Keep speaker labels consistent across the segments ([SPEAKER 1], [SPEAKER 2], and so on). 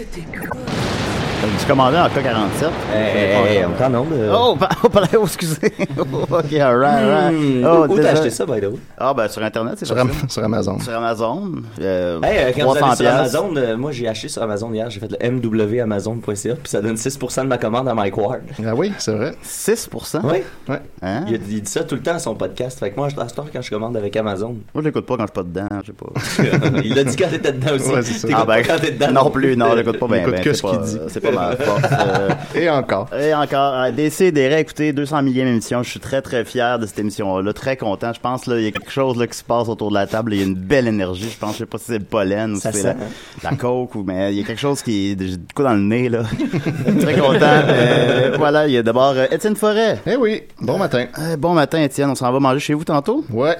[SPEAKER 1] Donc, Euh, Du commandant en K-47. Euh, eh,
[SPEAKER 2] Hey, hey, Eh, on t'en nombre. de-
[SPEAKER 1] Oh, pa- oh, pardon, oh, excusez. Oh, ok, alright, alright.
[SPEAKER 2] Hmm,
[SPEAKER 1] Oh,
[SPEAKER 2] où
[SPEAKER 1] déjà-
[SPEAKER 2] t'as acheté ça, by the way?
[SPEAKER 1] Ah, ben, sur Internet, c'est
[SPEAKER 3] Sur,
[SPEAKER 1] facile.
[SPEAKER 3] Am- sur Amazon.
[SPEAKER 1] Sur Amazon. Euh,
[SPEAKER 2] Hey, euh, quand vous
[SPEAKER 1] 300
[SPEAKER 2] allez sur
[SPEAKER 1] piastres.
[SPEAKER 2] Amazon, euh, moi j'ai acheté sur Amazon hier, j'ai fait le mwamazon.ca, puis ça donne 6% de ma commande à Mike Ward.
[SPEAKER 3] Ah oui, c'est vrai.
[SPEAKER 1] 6
[SPEAKER 2] Oui,
[SPEAKER 3] Ouais.
[SPEAKER 1] Hein?
[SPEAKER 2] il, a- il dit ça tout le temps à son podcast. Fait que moi, je l'instaure quand je commande avec Amazon.
[SPEAKER 1] Moi, je l'écoute pas quand je suis pas dedans, je sais pas.
[SPEAKER 2] il l'a dit quand t'étais dedans aussi.
[SPEAKER 3] Ouais, c'est ça.
[SPEAKER 2] T'écoutes
[SPEAKER 1] Ah, ben,
[SPEAKER 2] pas quand t'es dedans.
[SPEAKER 1] non plus, non, je l'écoute pas bien.
[SPEAKER 3] J'écoute
[SPEAKER 1] ben,
[SPEAKER 3] que
[SPEAKER 1] c'est
[SPEAKER 3] ce
[SPEAKER 1] pas-
[SPEAKER 3] qu'il dit.
[SPEAKER 1] C'est pas ma force. euh,
[SPEAKER 3] Et encore.
[SPEAKER 1] Et encore, euh, DC des écoutez, 200 millième émission. Je suis très, très fier de cette émission-là. Très content. Je pense, là, il y a quelque chose, là, qui se passe autour de la table. Il y a une belle énergie. Je pense, je sais pas si c'est le pollen ou si
[SPEAKER 2] Ça
[SPEAKER 1] c'est
[SPEAKER 2] sent,
[SPEAKER 1] la,
[SPEAKER 2] hein?
[SPEAKER 1] la coke ou, mais il y a quelque chose qui est du coup dans le nez, là. très content. Euh, voilà, il y a d'abord euh, Étienne Forêt.
[SPEAKER 3] Eh oui, bon matin.
[SPEAKER 1] Euh, bon matin, Étienne. On s'en va manger chez vous tantôt?
[SPEAKER 3] Ouais.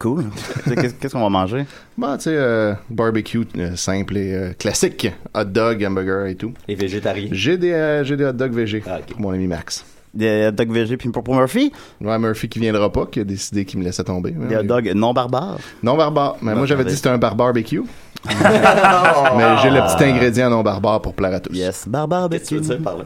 [SPEAKER 1] Cool. Qu'est-ce qu'est-ce qu'on va manger?
[SPEAKER 3] Bon, tu sais, euh, barbecue euh, simple et euh, classique. Hot dog, hamburger et tout.
[SPEAKER 2] Les végétariens.
[SPEAKER 3] J'ai des, euh, j'ai des hot dogs VG
[SPEAKER 2] Ah, ok.
[SPEAKER 3] pour mon ami Max.
[SPEAKER 1] Des hot dogs végé puis pour Murphy?
[SPEAKER 3] Ouais, Murphy qui viendra pas, qui a décidé qu'il me laissait tomber.
[SPEAKER 1] Des hot dogs non barbares?
[SPEAKER 3] Non barbare. Mais moi, j'avais
[SPEAKER 1] attendez.
[SPEAKER 3] dit que c'était un barbare barbecue. Mais j'ai le petit ingrédient non barbare pour plaire à tous.
[SPEAKER 1] Yes, barbare,
[SPEAKER 2] Qu'est-ce que tu veux dire par là?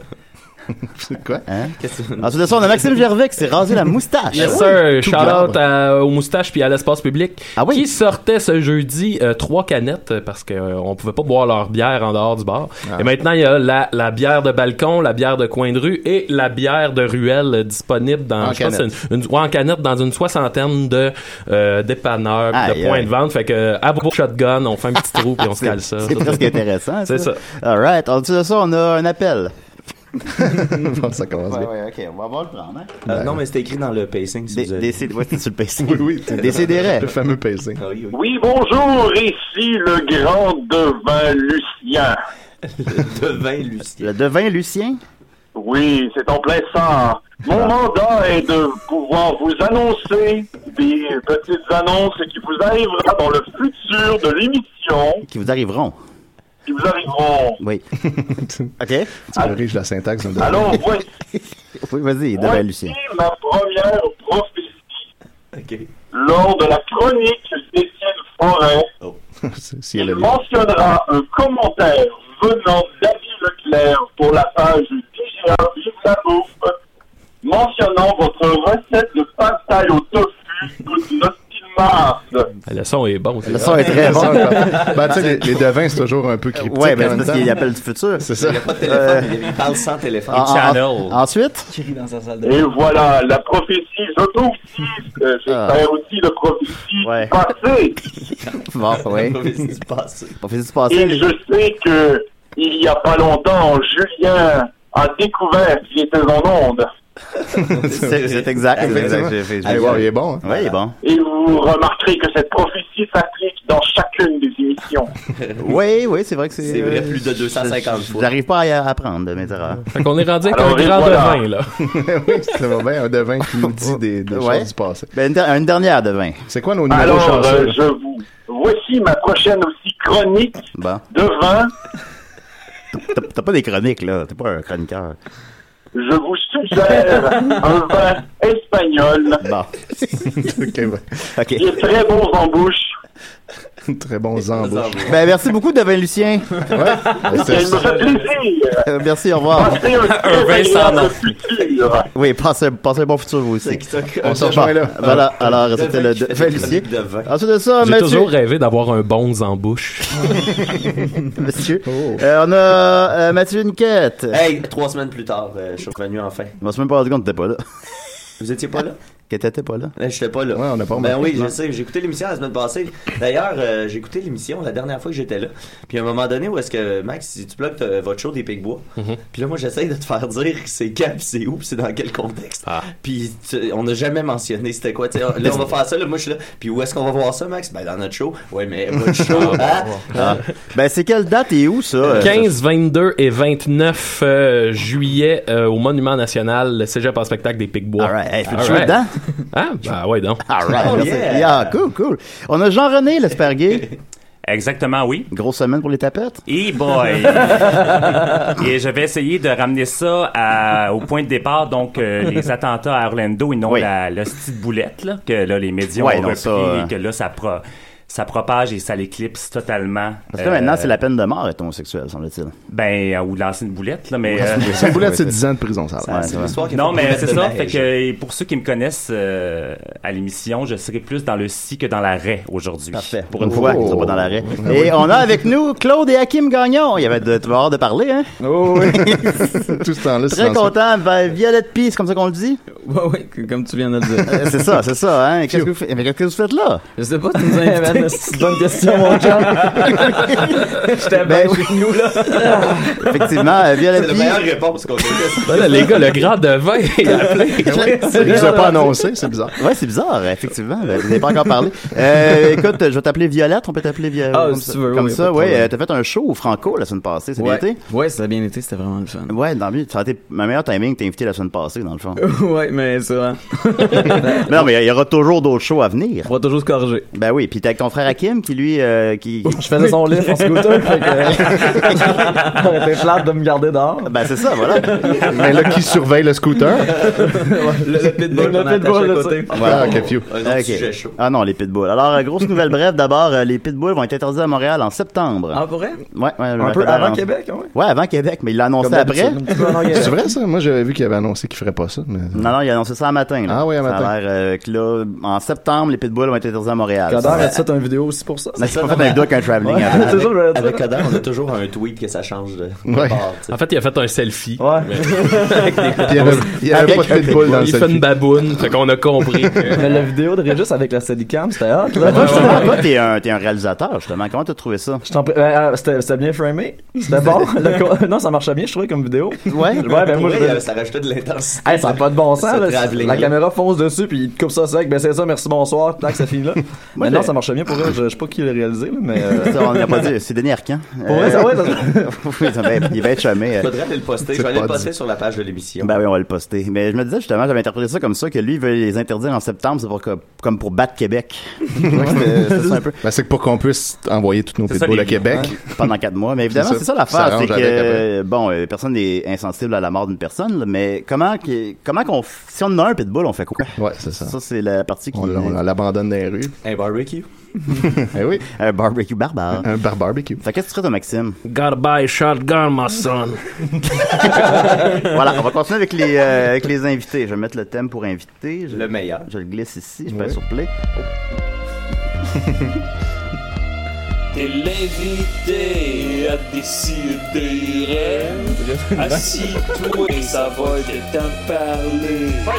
[SPEAKER 3] Quoi?
[SPEAKER 1] Hein?
[SPEAKER 2] Qu'est-ce que tu veux dire?
[SPEAKER 1] Ensuite de ça, on a Maxime Gervais qui s'est rasé la moustache.
[SPEAKER 4] Yes sir,
[SPEAKER 3] tout
[SPEAKER 4] shout
[SPEAKER 3] l'arbre.
[SPEAKER 4] out à- aux moustaches puis à l'espace public
[SPEAKER 1] Ah oui?
[SPEAKER 4] qui sortait ce jeudi euh, trois canettes euh, parce que euh, on pouvait pas boire leur bière en dehors du bar.
[SPEAKER 1] Ah.
[SPEAKER 4] Et maintenant il y a la, la bière de balcon, la bière de coin de rue et la bière de ruelle euh, disponible dans
[SPEAKER 3] En
[SPEAKER 4] je pense
[SPEAKER 3] canette.
[SPEAKER 4] c'est une, une- ouais, en canette dans une soixantaine de euh, dépanneurs, puis
[SPEAKER 1] Aïe,
[SPEAKER 4] de points
[SPEAKER 1] aïe.
[SPEAKER 4] de vente. Fait que euh, à propos de shotgun, on fait un petit trou puis on se cale ça.
[SPEAKER 1] C'est presque intéressant.
[SPEAKER 4] C'est ça.
[SPEAKER 1] All right. En dessous de ça, on a un appel.
[SPEAKER 3] Bon, ça commence bien.
[SPEAKER 1] ouais, OK. On va voir le plan. Hein?
[SPEAKER 2] Euh, Non, mais c'était écrit dans le pacing. Si
[SPEAKER 1] Des,
[SPEAKER 2] vous avez-
[SPEAKER 1] des, ouais, c'est sur le PC.
[SPEAKER 3] Oui, oui.
[SPEAKER 1] Des CDR.
[SPEAKER 3] Le fameux pacing.
[SPEAKER 2] Ah oui, oui.
[SPEAKER 5] Oui, bonjour, ici le grand devin Lucien.
[SPEAKER 2] Devin Lucien.
[SPEAKER 1] Le devin Lucien.
[SPEAKER 5] Oui, c'est en plein ça. Mon mandat est de pouvoir vous annoncer des petites annonces qui vous arriveront dans le futur de l'émission,
[SPEAKER 1] Qui vous arriveront.
[SPEAKER 5] qui vous arriveront.
[SPEAKER 1] Oui. OK.
[SPEAKER 3] Tu corriges la syntaxe d'un devin.
[SPEAKER 5] Alors, voici,
[SPEAKER 1] Oui, vas-y, devin
[SPEAKER 5] voici
[SPEAKER 1] Lucien.
[SPEAKER 5] ma première prophétie.
[SPEAKER 2] Ok.
[SPEAKER 5] Lors de la chronique d'Étienne Forêt,
[SPEAKER 3] si elle
[SPEAKER 5] il
[SPEAKER 3] a lu.
[SPEAKER 5] mentionnera un commentaire venant d'Abby Leclerc pour la page DGA Vive la bouffe, mentionnant votre recette de pâte thaï au tofu toute nostalgie mars.
[SPEAKER 4] Ah, Le son est bon. c'est
[SPEAKER 1] Le
[SPEAKER 4] vrai.
[SPEAKER 1] son est très bon.
[SPEAKER 3] Ben, tu sais, les, les devins, c'est toujours un peu cryptique.
[SPEAKER 1] Ouais,
[SPEAKER 3] en
[SPEAKER 1] ben, c'est
[SPEAKER 3] même
[SPEAKER 1] parce
[SPEAKER 3] temps.
[SPEAKER 1] qu'il appelle du futur.
[SPEAKER 3] C'est ça.
[SPEAKER 2] Pas de téléphone, il- il parle sans téléphone.
[SPEAKER 1] En- en-
[SPEAKER 4] Channel.
[SPEAKER 1] ensuite,
[SPEAKER 2] Il crie dans sa salle de
[SPEAKER 5] Et voilà, la prophétie, je peux aussi, euh, j'espère aussi de prophétie
[SPEAKER 1] Ouais.
[SPEAKER 5] passée.
[SPEAKER 1] bon, oui.
[SPEAKER 2] province du passé.
[SPEAKER 1] On fait du passé.
[SPEAKER 5] Et je sais que, il y a pas longtemps, Julien a découvert qu'il était en onde.
[SPEAKER 1] C'est c'est exact. c'est exact, j'ai fait- j'ai-
[SPEAKER 3] Allez voir, il est bon. hein.
[SPEAKER 1] Ouais, il est bon.
[SPEAKER 5] Et vous remarquerez que cette prophétie s'applique dans chacune des émissions.
[SPEAKER 1] Oui, oui, c'est vrai que c'est.
[SPEAKER 2] C'est vrai,
[SPEAKER 1] euh,
[SPEAKER 2] plus de 250 fois.
[SPEAKER 1] J'arrive pas à y apprendre de mes erreurs.
[SPEAKER 4] Fait qu'on est rendu avec
[SPEAKER 5] Alors,
[SPEAKER 4] un
[SPEAKER 5] et
[SPEAKER 4] grand
[SPEAKER 5] voilà.
[SPEAKER 4] devin là.
[SPEAKER 3] oui, c'est vraiment bien un devin qui nous dit des, des
[SPEAKER 1] Ouais.
[SPEAKER 3] choses du passé.
[SPEAKER 1] Ben, une, der- une dernière devin.
[SPEAKER 3] C'est quoi nos numéros
[SPEAKER 5] Alors,
[SPEAKER 3] chanceux?
[SPEAKER 5] euh, je vous... Voici ma prochaine aussi chronique
[SPEAKER 1] Bon.
[SPEAKER 5] de vin.
[SPEAKER 1] T'as t'as pas des chroniques, là. T'es pas un chroniqueur.
[SPEAKER 5] Je vous suggère un vin espagnol
[SPEAKER 1] Bon.
[SPEAKER 3] Ok, ouais.
[SPEAKER 1] OK.
[SPEAKER 5] qui est très bon en bouche.
[SPEAKER 3] Très bon embauches.
[SPEAKER 1] Ben, merci beaucoup, Devin Lucien.
[SPEAKER 5] Et il me fait plaisir.
[SPEAKER 1] Euh, merci, au
[SPEAKER 6] Ah.
[SPEAKER 1] revoir.
[SPEAKER 5] Passez un
[SPEAKER 4] Un vin
[SPEAKER 5] très
[SPEAKER 4] sans
[SPEAKER 5] agréable
[SPEAKER 4] nom.
[SPEAKER 5] futur.
[SPEAKER 1] Oui, passez, passez un bon futur, vous aussi.
[SPEAKER 2] C'est qui t'a-
[SPEAKER 3] On se
[SPEAKER 2] un
[SPEAKER 3] rejoint là.
[SPEAKER 1] Voilà, alors, c'était le
[SPEAKER 2] qui fait
[SPEAKER 1] Devin
[SPEAKER 2] des
[SPEAKER 1] Lucien.
[SPEAKER 2] chroniques de vin.
[SPEAKER 1] Ensuite de ça,
[SPEAKER 4] J'ai
[SPEAKER 1] Ah, Mathieu.
[SPEAKER 4] toujours rêvé d'avoir un bonze en bouche.
[SPEAKER 1] Monsieur.
[SPEAKER 3] Oh.
[SPEAKER 1] Euh, on a euh, Mathieu Niquette.
[SPEAKER 2] Hey, trois semaines plus tard, euh, je suis revenu enfin.
[SPEAKER 1] Je m'en suis même pas rendu compte que t'étais pas là.
[SPEAKER 2] Vous étiez pas là?
[SPEAKER 1] Que t'étais pas là.
[SPEAKER 2] Je J'étais pas là.
[SPEAKER 3] Ouais, on a pas
[SPEAKER 2] Ben
[SPEAKER 3] remarqué.
[SPEAKER 2] oui, je sais, j'ai écouté l'émission la semaine passée. D'ailleurs, euh, j'ai écouté l'émission la dernière fois que j'étais là. Puis à un moment donné, où est-ce que, Max, si tu bloques euh, votre show des Pics-Bois, puis là, moi, j'essaye de te faire dire c'est quand, puis c'est où, puis c'est dans quel contexte.
[SPEAKER 4] Ah.
[SPEAKER 2] Puis tu- on n'a jamais mentionné c'était quoi. Tu sais, Ah, là, on va faire ça, là, moi, je suis là. Puis où est-ce qu'on va voir ça, Max? Ben dans notre show. Ouais, mais votre show, hein?
[SPEAKER 1] Ah. Ben, c'est quelle date et où, ça? euh,
[SPEAKER 4] 15, 22 et 29 euh, juillet euh, au Monument National, le cégep en spectacle des Pic-Bois.
[SPEAKER 1] All right. Hey, peux-tu
[SPEAKER 4] All
[SPEAKER 1] jouer
[SPEAKER 4] right.
[SPEAKER 1] dedans?
[SPEAKER 4] Ah, bah ouais, donc.
[SPEAKER 1] All right.
[SPEAKER 2] Oh,
[SPEAKER 1] merci.
[SPEAKER 2] yeah.
[SPEAKER 1] Yeah, cool, cool. On a Jean-René Lesperguet.
[SPEAKER 6] Exactement, oui.
[SPEAKER 1] Grosse semaine pour les tapettes.
[SPEAKER 6] Et boy! Et je vais essayer de ramener ça à- au point de départ, donc euh, les attentats à Orlando et non
[SPEAKER 1] Oui.
[SPEAKER 6] la, la petite boulette, là, que là, les médias
[SPEAKER 1] Ouais,
[SPEAKER 6] ont
[SPEAKER 1] non,
[SPEAKER 6] repris
[SPEAKER 1] ça, euh,
[SPEAKER 6] et que là, ça pro- ça propage et ça l'éclipse totalement.
[SPEAKER 1] Parce que là,
[SPEAKER 6] Euh,
[SPEAKER 1] maintenant, c'est la peine de mort être homosexuel, semble-t-il.
[SPEAKER 6] Ben, euh, ou de lancer une boulette, là, mais... euh,
[SPEAKER 3] Si vous voulez, c'est 10 ans de prison, ça va.
[SPEAKER 1] Ouais,
[SPEAKER 2] c'est
[SPEAKER 1] ouais.
[SPEAKER 2] l'histoire qui a
[SPEAKER 6] Non,
[SPEAKER 2] fait
[SPEAKER 6] mais
[SPEAKER 2] boulette
[SPEAKER 6] c'est
[SPEAKER 2] de
[SPEAKER 6] ça.
[SPEAKER 2] neige.
[SPEAKER 6] Fait que euh, pour ceux qui me connaissent euh, à l'émission, je serai plus dans le si que dans l'arrêt aujourd'hui.
[SPEAKER 1] Parfait. Pour une
[SPEAKER 3] Oh.
[SPEAKER 1] fois qu'ils sont pas dans l'arrêt. Et on a avec nous Claude et Hakim Gagnon. Il y avait de, tu vas avoir de parler, hein?
[SPEAKER 3] Oh, oui. Tout ce temps-là,
[SPEAKER 1] Très content. Ben, Violette P, c'est comme ça qu'on le dit?
[SPEAKER 7] Ouais, ouais, que- comme tu viens de le dire.
[SPEAKER 1] Euh, c'est ça, c'est ça, hein? Qu'est-ce que vous faites? Mais qu'est-ce que vous faites là?
[SPEAKER 7] Je sais pas, tu nous as invités. C'est une bonne question, mon gars. J'étais bien
[SPEAKER 1] Ben,
[SPEAKER 7] chez nous, là.
[SPEAKER 1] Effectivement, euh,
[SPEAKER 2] C'est
[SPEAKER 1] Violette
[SPEAKER 2] la
[SPEAKER 1] P.
[SPEAKER 2] meilleure réponse qu'on connaisse.
[SPEAKER 4] Voilà, les gars, le grand devin est appelé.
[SPEAKER 3] Il nous a pas annoncé, c'est bizarre.
[SPEAKER 1] Ouais, c'est bizarre, effectivement. Ben, Vous n'avez pas encore parlé. Euh, écoute, je vais t'appeler Violette. On peut t'appeler Violette.
[SPEAKER 7] Ah,
[SPEAKER 1] comme
[SPEAKER 7] si
[SPEAKER 1] ça,
[SPEAKER 7] tu veux,
[SPEAKER 1] Comme
[SPEAKER 7] oui,
[SPEAKER 1] ça,
[SPEAKER 7] pas de
[SPEAKER 1] ouais.
[SPEAKER 7] problème.
[SPEAKER 1] Euh, T'as fait un show au Franco la semaine passée. C'est bien
[SPEAKER 7] Ouais.
[SPEAKER 1] été?
[SPEAKER 7] ouais, ça a bien été, c'était vraiment le fun.
[SPEAKER 1] Ouais, dans le mieux, ça a été ma meilleure timing que t'es invité la semaine passée, dans le fond.
[SPEAKER 7] ouais, mais c'est vrai.
[SPEAKER 1] Mais non, mais il y aura toujours d'autres shows à venir.
[SPEAKER 7] On va toujours se corriger.
[SPEAKER 1] Ben oui, puis t'es avec ton frère Hakim qui lui euh, qui, qui-
[SPEAKER 7] Je faisais son livre en scooter, fait que... On était flat de me garder dehors.
[SPEAKER 1] ben c'est ça, voilà.
[SPEAKER 3] Mais là, qui surveille le scooter?
[SPEAKER 2] Le, pitbull,
[SPEAKER 7] Le
[SPEAKER 2] qu'on attache
[SPEAKER 7] pitbull,
[SPEAKER 2] à
[SPEAKER 7] là,
[SPEAKER 2] côté.
[SPEAKER 1] Voilà.
[SPEAKER 3] Ah, ok, phew.
[SPEAKER 2] Un autre
[SPEAKER 1] Ok.
[SPEAKER 2] sujet chaud.
[SPEAKER 1] Ah non, les pitbulls. Alors, euh, grosse nouvelle brève d'abord, euh, les pitbulls vont être interdits à Montréal en septembre.
[SPEAKER 7] Ah, pour vrai?
[SPEAKER 1] ouais, ouais,
[SPEAKER 7] Un
[SPEAKER 1] ouais,
[SPEAKER 7] peu
[SPEAKER 1] ouais,
[SPEAKER 7] avant
[SPEAKER 1] en-
[SPEAKER 7] Québec, hein, ouais.
[SPEAKER 1] Ouais, avant Québec, mais il l'a annoncé
[SPEAKER 7] Comme
[SPEAKER 1] après.
[SPEAKER 7] d'habitude, un petit peu avant Québec.
[SPEAKER 3] C'est vrai, ça? Moi, j'avais vu qu'il avait annoncé qu'il ferait pas ça. Mais...
[SPEAKER 1] Non, non, il a annoncé ça un matin. là.
[SPEAKER 3] Ah oui, un
[SPEAKER 1] Ça a
[SPEAKER 3] matin.
[SPEAKER 1] l'air, euh, que là, en septembre, les pitbulls vont être interdits à Montréal.
[SPEAKER 7] Coder
[SPEAKER 1] Ça,
[SPEAKER 7] a fait une vidéo aussi pour ça.
[SPEAKER 1] Mais c'est pas fait avec d'autres qu'un traveling
[SPEAKER 7] Ouais.
[SPEAKER 1] avant.
[SPEAKER 7] Toujours, je vais le dire.
[SPEAKER 2] Avec Coder, on a toujours un tweet que ça change de de
[SPEAKER 3] Ouais.
[SPEAKER 2] bord, tu sais.
[SPEAKER 4] En fait, il a fait un selfie.
[SPEAKER 7] Ouais.
[SPEAKER 3] Puis il y avait, il y avait pas de pitbull dans le
[SPEAKER 4] il fait une
[SPEAKER 3] selfie.
[SPEAKER 4] baboune, fait qu'on a compris. que-
[SPEAKER 7] Mais la vidéo de Régis avec la Steadicam, c'était hot, là.
[SPEAKER 1] Toi, justement, toi, t'es un, t'es un réalisateur, justement. Comment t'as trouvé ça?
[SPEAKER 7] Je t'en prie. Ben, euh, c'était c'était bien framé. C'était bon. Le co- non, ça marchait bien, je trouvais, comme vidéo.
[SPEAKER 1] Ouais.
[SPEAKER 7] Ouais, ben
[SPEAKER 2] Pour
[SPEAKER 7] moi,
[SPEAKER 2] vrai, euh,
[SPEAKER 7] je-
[SPEAKER 2] il y a- ça rajoutait de l'intensité.
[SPEAKER 7] Hey, ça n'a pas de bon sens.
[SPEAKER 2] Ce
[SPEAKER 7] là.
[SPEAKER 2] travelling,
[SPEAKER 7] La
[SPEAKER 2] là.
[SPEAKER 7] caméra fonce dessus, puis il te coupe ça sec. Ben c'est ça, merci, bonsoir. Tac, ça finit là.
[SPEAKER 1] Moi,
[SPEAKER 7] Maintenant,
[SPEAKER 1] j'ai-
[SPEAKER 7] ça marchait bien pour eux. Je je sais pas qui l'a réalisé, là, mais. euh,
[SPEAKER 1] Ça, on l'a pas dit. C'est Denis Arcan.
[SPEAKER 7] Pour vrai, ça, ouais, ça-
[SPEAKER 1] oui, ça va être- il va être chamé. euh.
[SPEAKER 2] Faudrait aller le poster. Je vais aller le poster sur la page de l'émission.
[SPEAKER 1] Ben oui, on va le poster. Mais je me disais justement, j'avais interprété ça comme ça, que lui, il veut les interdire en septembre, c'est pour que- comme pour battre Québec. Donc, c'était- c'était ça un peu.
[SPEAKER 3] Ben, c'est que pour qu'on puisse envoyer tous nos
[SPEAKER 6] C'est ça,
[SPEAKER 3] pitbulls
[SPEAKER 6] les
[SPEAKER 3] à Québec.
[SPEAKER 1] Pendant quatre mois. Mais évidemment,
[SPEAKER 3] C'est ça.
[SPEAKER 1] c'est ça,
[SPEAKER 3] Ça
[SPEAKER 1] l'affaire,
[SPEAKER 3] arrange
[SPEAKER 1] c'est que,
[SPEAKER 3] avec après.
[SPEAKER 1] euh, bon, euh, personne n'est insensible à la mort d'une personne, là, mais comment, que- comment qu'on, f- si on en a un pitbull, on fait quoi?
[SPEAKER 3] Ouais, c'est ça.
[SPEAKER 1] Ça, c'est la partie qui...
[SPEAKER 3] On, l'a- on l'abandonne dans les rues.
[SPEAKER 2] Un barbecue.
[SPEAKER 3] Eh oui,
[SPEAKER 1] Un barbecue barbare.
[SPEAKER 3] un bar barbecue.
[SPEAKER 1] Fait qu'est-ce que tu ferais, toi, Maxime?
[SPEAKER 4] Gotta buy a shotgun, my son.
[SPEAKER 1] voilà, on va continuer avec les, euh, avec les invités. Je vais mettre le thème pour inviter. Je
[SPEAKER 2] Le meilleur.
[SPEAKER 1] Je le glisse ici, je vais
[SPEAKER 3] Ouais.
[SPEAKER 1] sur play.
[SPEAKER 8] T'es l'invité à décider. Assis-toi et ça va être temps de parler.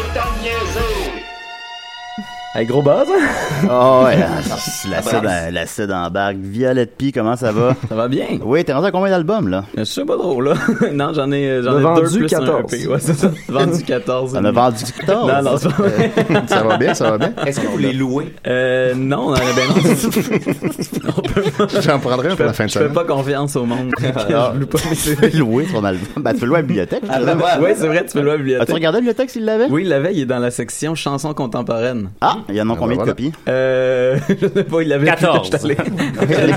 [SPEAKER 7] Hey, gros buzz. hein?
[SPEAKER 1] Oh, ouais,
[SPEAKER 3] Ah,
[SPEAKER 1] l'acide, en- l'acide embarque. Violette P, comment ça va?
[SPEAKER 7] Ça va bien.
[SPEAKER 1] Oui, t'es rendu à combien d'albums, là?
[SPEAKER 7] Je sais pas trop, là. non, j'en ai, j'en
[SPEAKER 3] Le
[SPEAKER 7] ai
[SPEAKER 3] vendu
[SPEAKER 7] deux plus
[SPEAKER 3] 14.
[SPEAKER 7] un EP. Ouais, c'est ça. Vendu 14.
[SPEAKER 1] T'en as vendu 14.
[SPEAKER 7] Non, non, c'est pas vrai.
[SPEAKER 3] Ça va bien, ça va bien.
[SPEAKER 2] Est-ce que vous les louez?
[SPEAKER 7] Euh, non, on en a bien
[SPEAKER 3] J'en prendrai un pour la fin de
[SPEAKER 7] Je fais
[SPEAKER 3] semaine.
[SPEAKER 7] pas confiance au monde.
[SPEAKER 1] Ah.
[SPEAKER 7] je veux pas mais c'est-
[SPEAKER 1] Tu peux louer ton album. Ben, tu peux louer à la bibliothèque.
[SPEAKER 2] Ah, ben, ouais.
[SPEAKER 7] Ouais, c'est vrai, tu peux le voir à
[SPEAKER 1] As-tu
[SPEAKER 7] la bibliothèque.
[SPEAKER 1] regardé la bibliothèque s'il l'avait?
[SPEAKER 7] Oui, il l'avait, il est dans la section chansons contemporaines.
[SPEAKER 1] Ah, il y en a
[SPEAKER 3] ben
[SPEAKER 1] combien de
[SPEAKER 3] voilà.
[SPEAKER 1] copies?
[SPEAKER 7] Euh, je sais pas, il l'avait. depuis que
[SPEAKER 6] 14.
[SPEAKER 7] j'étais allé.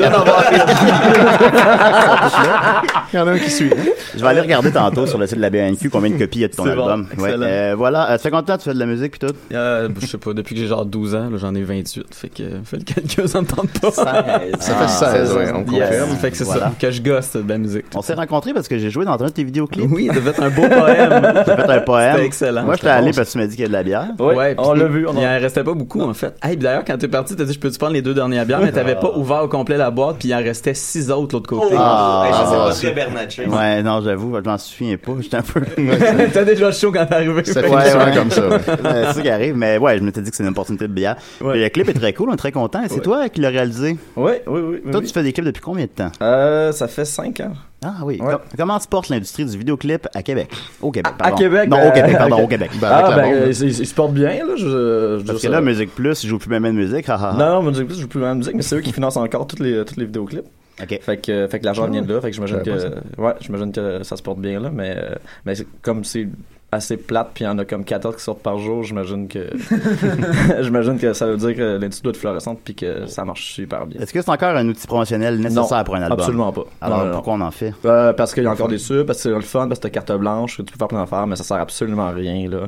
[SPEAKER 3] Il y en a un qui suit. hein.
[SPEAKER 1] Je vais aller regarder tantôt sur le site de la BNQ combien de copies il y a de ton
[SPEAKER 7] C'est bon,
[SPEAKER 1] album. Ouais,
[SPEAKER 7] excellent.
[SPEAKER 1] euh, voilà, euh, ça fait combien de temps que tu fais de la musique pis tout?
[SPEAKER 7] Euh, je sais pas, depuis que j'ai genre 12 ans, là, j'en ai 28. Fait que, euh, fais le calcul, ça me tente pas.
[SPEAKER 3] Ça
[SPEAKER 2] Ah.
[SPEAKER 9] Ah,
[SPEAKER 3] fait 16, ouais, on
[SPEAKER 7] Euh, Yes.
[SPEAKER 3] confirme.
[SPEAKER 7] Fait que c'est
[SPEAKER 1] Voilà.
[SPEAKER 7] ça, que je gosse de la musique.
[SPEAKER 1] On s'est rencontrés parce que j'ai joué dans un de tes vidéoclips.
[SPEAKER 7] Oui, ça devait être un beau poème.
[SPEAKER 1] J'ai fait un poème.
[SPEAKER 7] C'était excellent.
[SPEAKER 1] Moi, j'étais allé parce que tu m'as dit qu'il y a de la bière.
[SPEAKER 7] on l'a vu. Il en restait pas beaucoup, en fait. Hey, d'ailleurs, quand t'es parti, t'as dit, je peux-tu prendre les deux dernières bières, mais t'avais pas ouvert au complet la boîte, puis il en restait six autres l'autre côté.
[SPEAKER 1] Ah,
[SPEAKER 2] Hey, ça, c'est
[SPEAKER 1] ah,
[SPEAKER 2] pas
[SPEAKER 1] c'est-
[SPEAKER 2] très Bernatchez.
[SPEAKER 1] Ouais, non, j'avoue, je m'en souviens pas. J'étais un peu.
[SPEAKER 7] T'as déjà chaud quand t'es arrivé.
[SPEAKER 3] Ça
[SPEAKER 7] Fait-
[SPEAKER 3] finit
[SPEAKER 1] Ouais,
[SPEAKER 3] souvent
[SPEAKER 1] ouais.
[SPEAKER 3] comme ça. ouais.
[SPEAKER 1] Euh, c'est ça qui arrive, mais ouais, je m'étais dit que c'est une opportunité de bière.
[SPEAKER 7] Ouais.
[SPEAKER 1] Puis Le clip est très cool, on est très content. C'est toi qui l'as réalisé.
[SPEAKER 9] Ouais, oui, oui. oui,
[SPEAKER 1] Toi,
[SPEAKER 9] oui.
[SPEAKER 1] tu fais des clips depuis combien de temps?
[SPEAKER 9] Euh, ça fait 5 ans.
[SPEAKER 1] Ah oui.
[SPEAKER 9] Ouais.
[SPEAKER 1] Com- comment se porte l'industrie du vidéoclip à Québec? Au Québec,
[SPEAKER 9] À- à
[SPEAKER 1] pardon.
[SPEAKER 9] Québec,
[SPEAKER 1] Non,
[SPEAKER 9] ben,
[SPEAKER 1] au Québec,
[SPEAKER 9] à-
[SPEAKER 1] pardon,
[SPEAKER 9] à-
[SPEAKER 1] au Québec.
[SPEAKER 3] Ben,
[SPEAKER 9] Ah,
[SPEAKER 3] avec la
[SPEAKER 9] ben,
[SPEAKER 3] bombe.
[SPEAKER 9] euh, il, il- il se porte bien, là. Je, je- je-
[SPEAKER 1] Parce que
[SPEAKER 9] ça-
[SPEAKER 1] là, Musique Plus, ils jouent plus même de musique. Ah, ha, ha, ha.
[SPEAKER 9] Non, Ah. non, Musique Plus, je joue plus la musique, mais c'est eux qui financent encore toutes les, toutes les vidéoclips.
[SPEAKER 1] OK.
[SPEAKER 9] Fait que, euh, fait que l'argent vient de là, fait que j'imagine
[SPEAKER 3] J'avais pas
[SPEAKER 9] que, ouais, j'imagine que ça se porte bien, là, mais, euh, mais c'est- comme c'est assez plate, puis il y en a comme 14 qui sortent par jour, j'imagine que, j'imagine que ça veut dire que l'industrie doit être florissante, puis que ça marche super bien.
[SPEAKER 1] Est-ce que c'est encore un outil promotionnel nécessaire
[SPEAKER 9] Non,
[SPEAKER 1] pour un album?
[SPEAKER 9] Absolument pas.
[SPEAKER 1] Alors,
[SPEAKER 9] Non, non, non.
[SPEAKER 1] pourquoi on en fait?
[SPEAKER 9] Euh, parce qu'il y a encore des subs, parce que c'est le fun, parce que t'as carte blanche, que tu peux faire plein d'affaires, mais ça sert absolument à rien, là.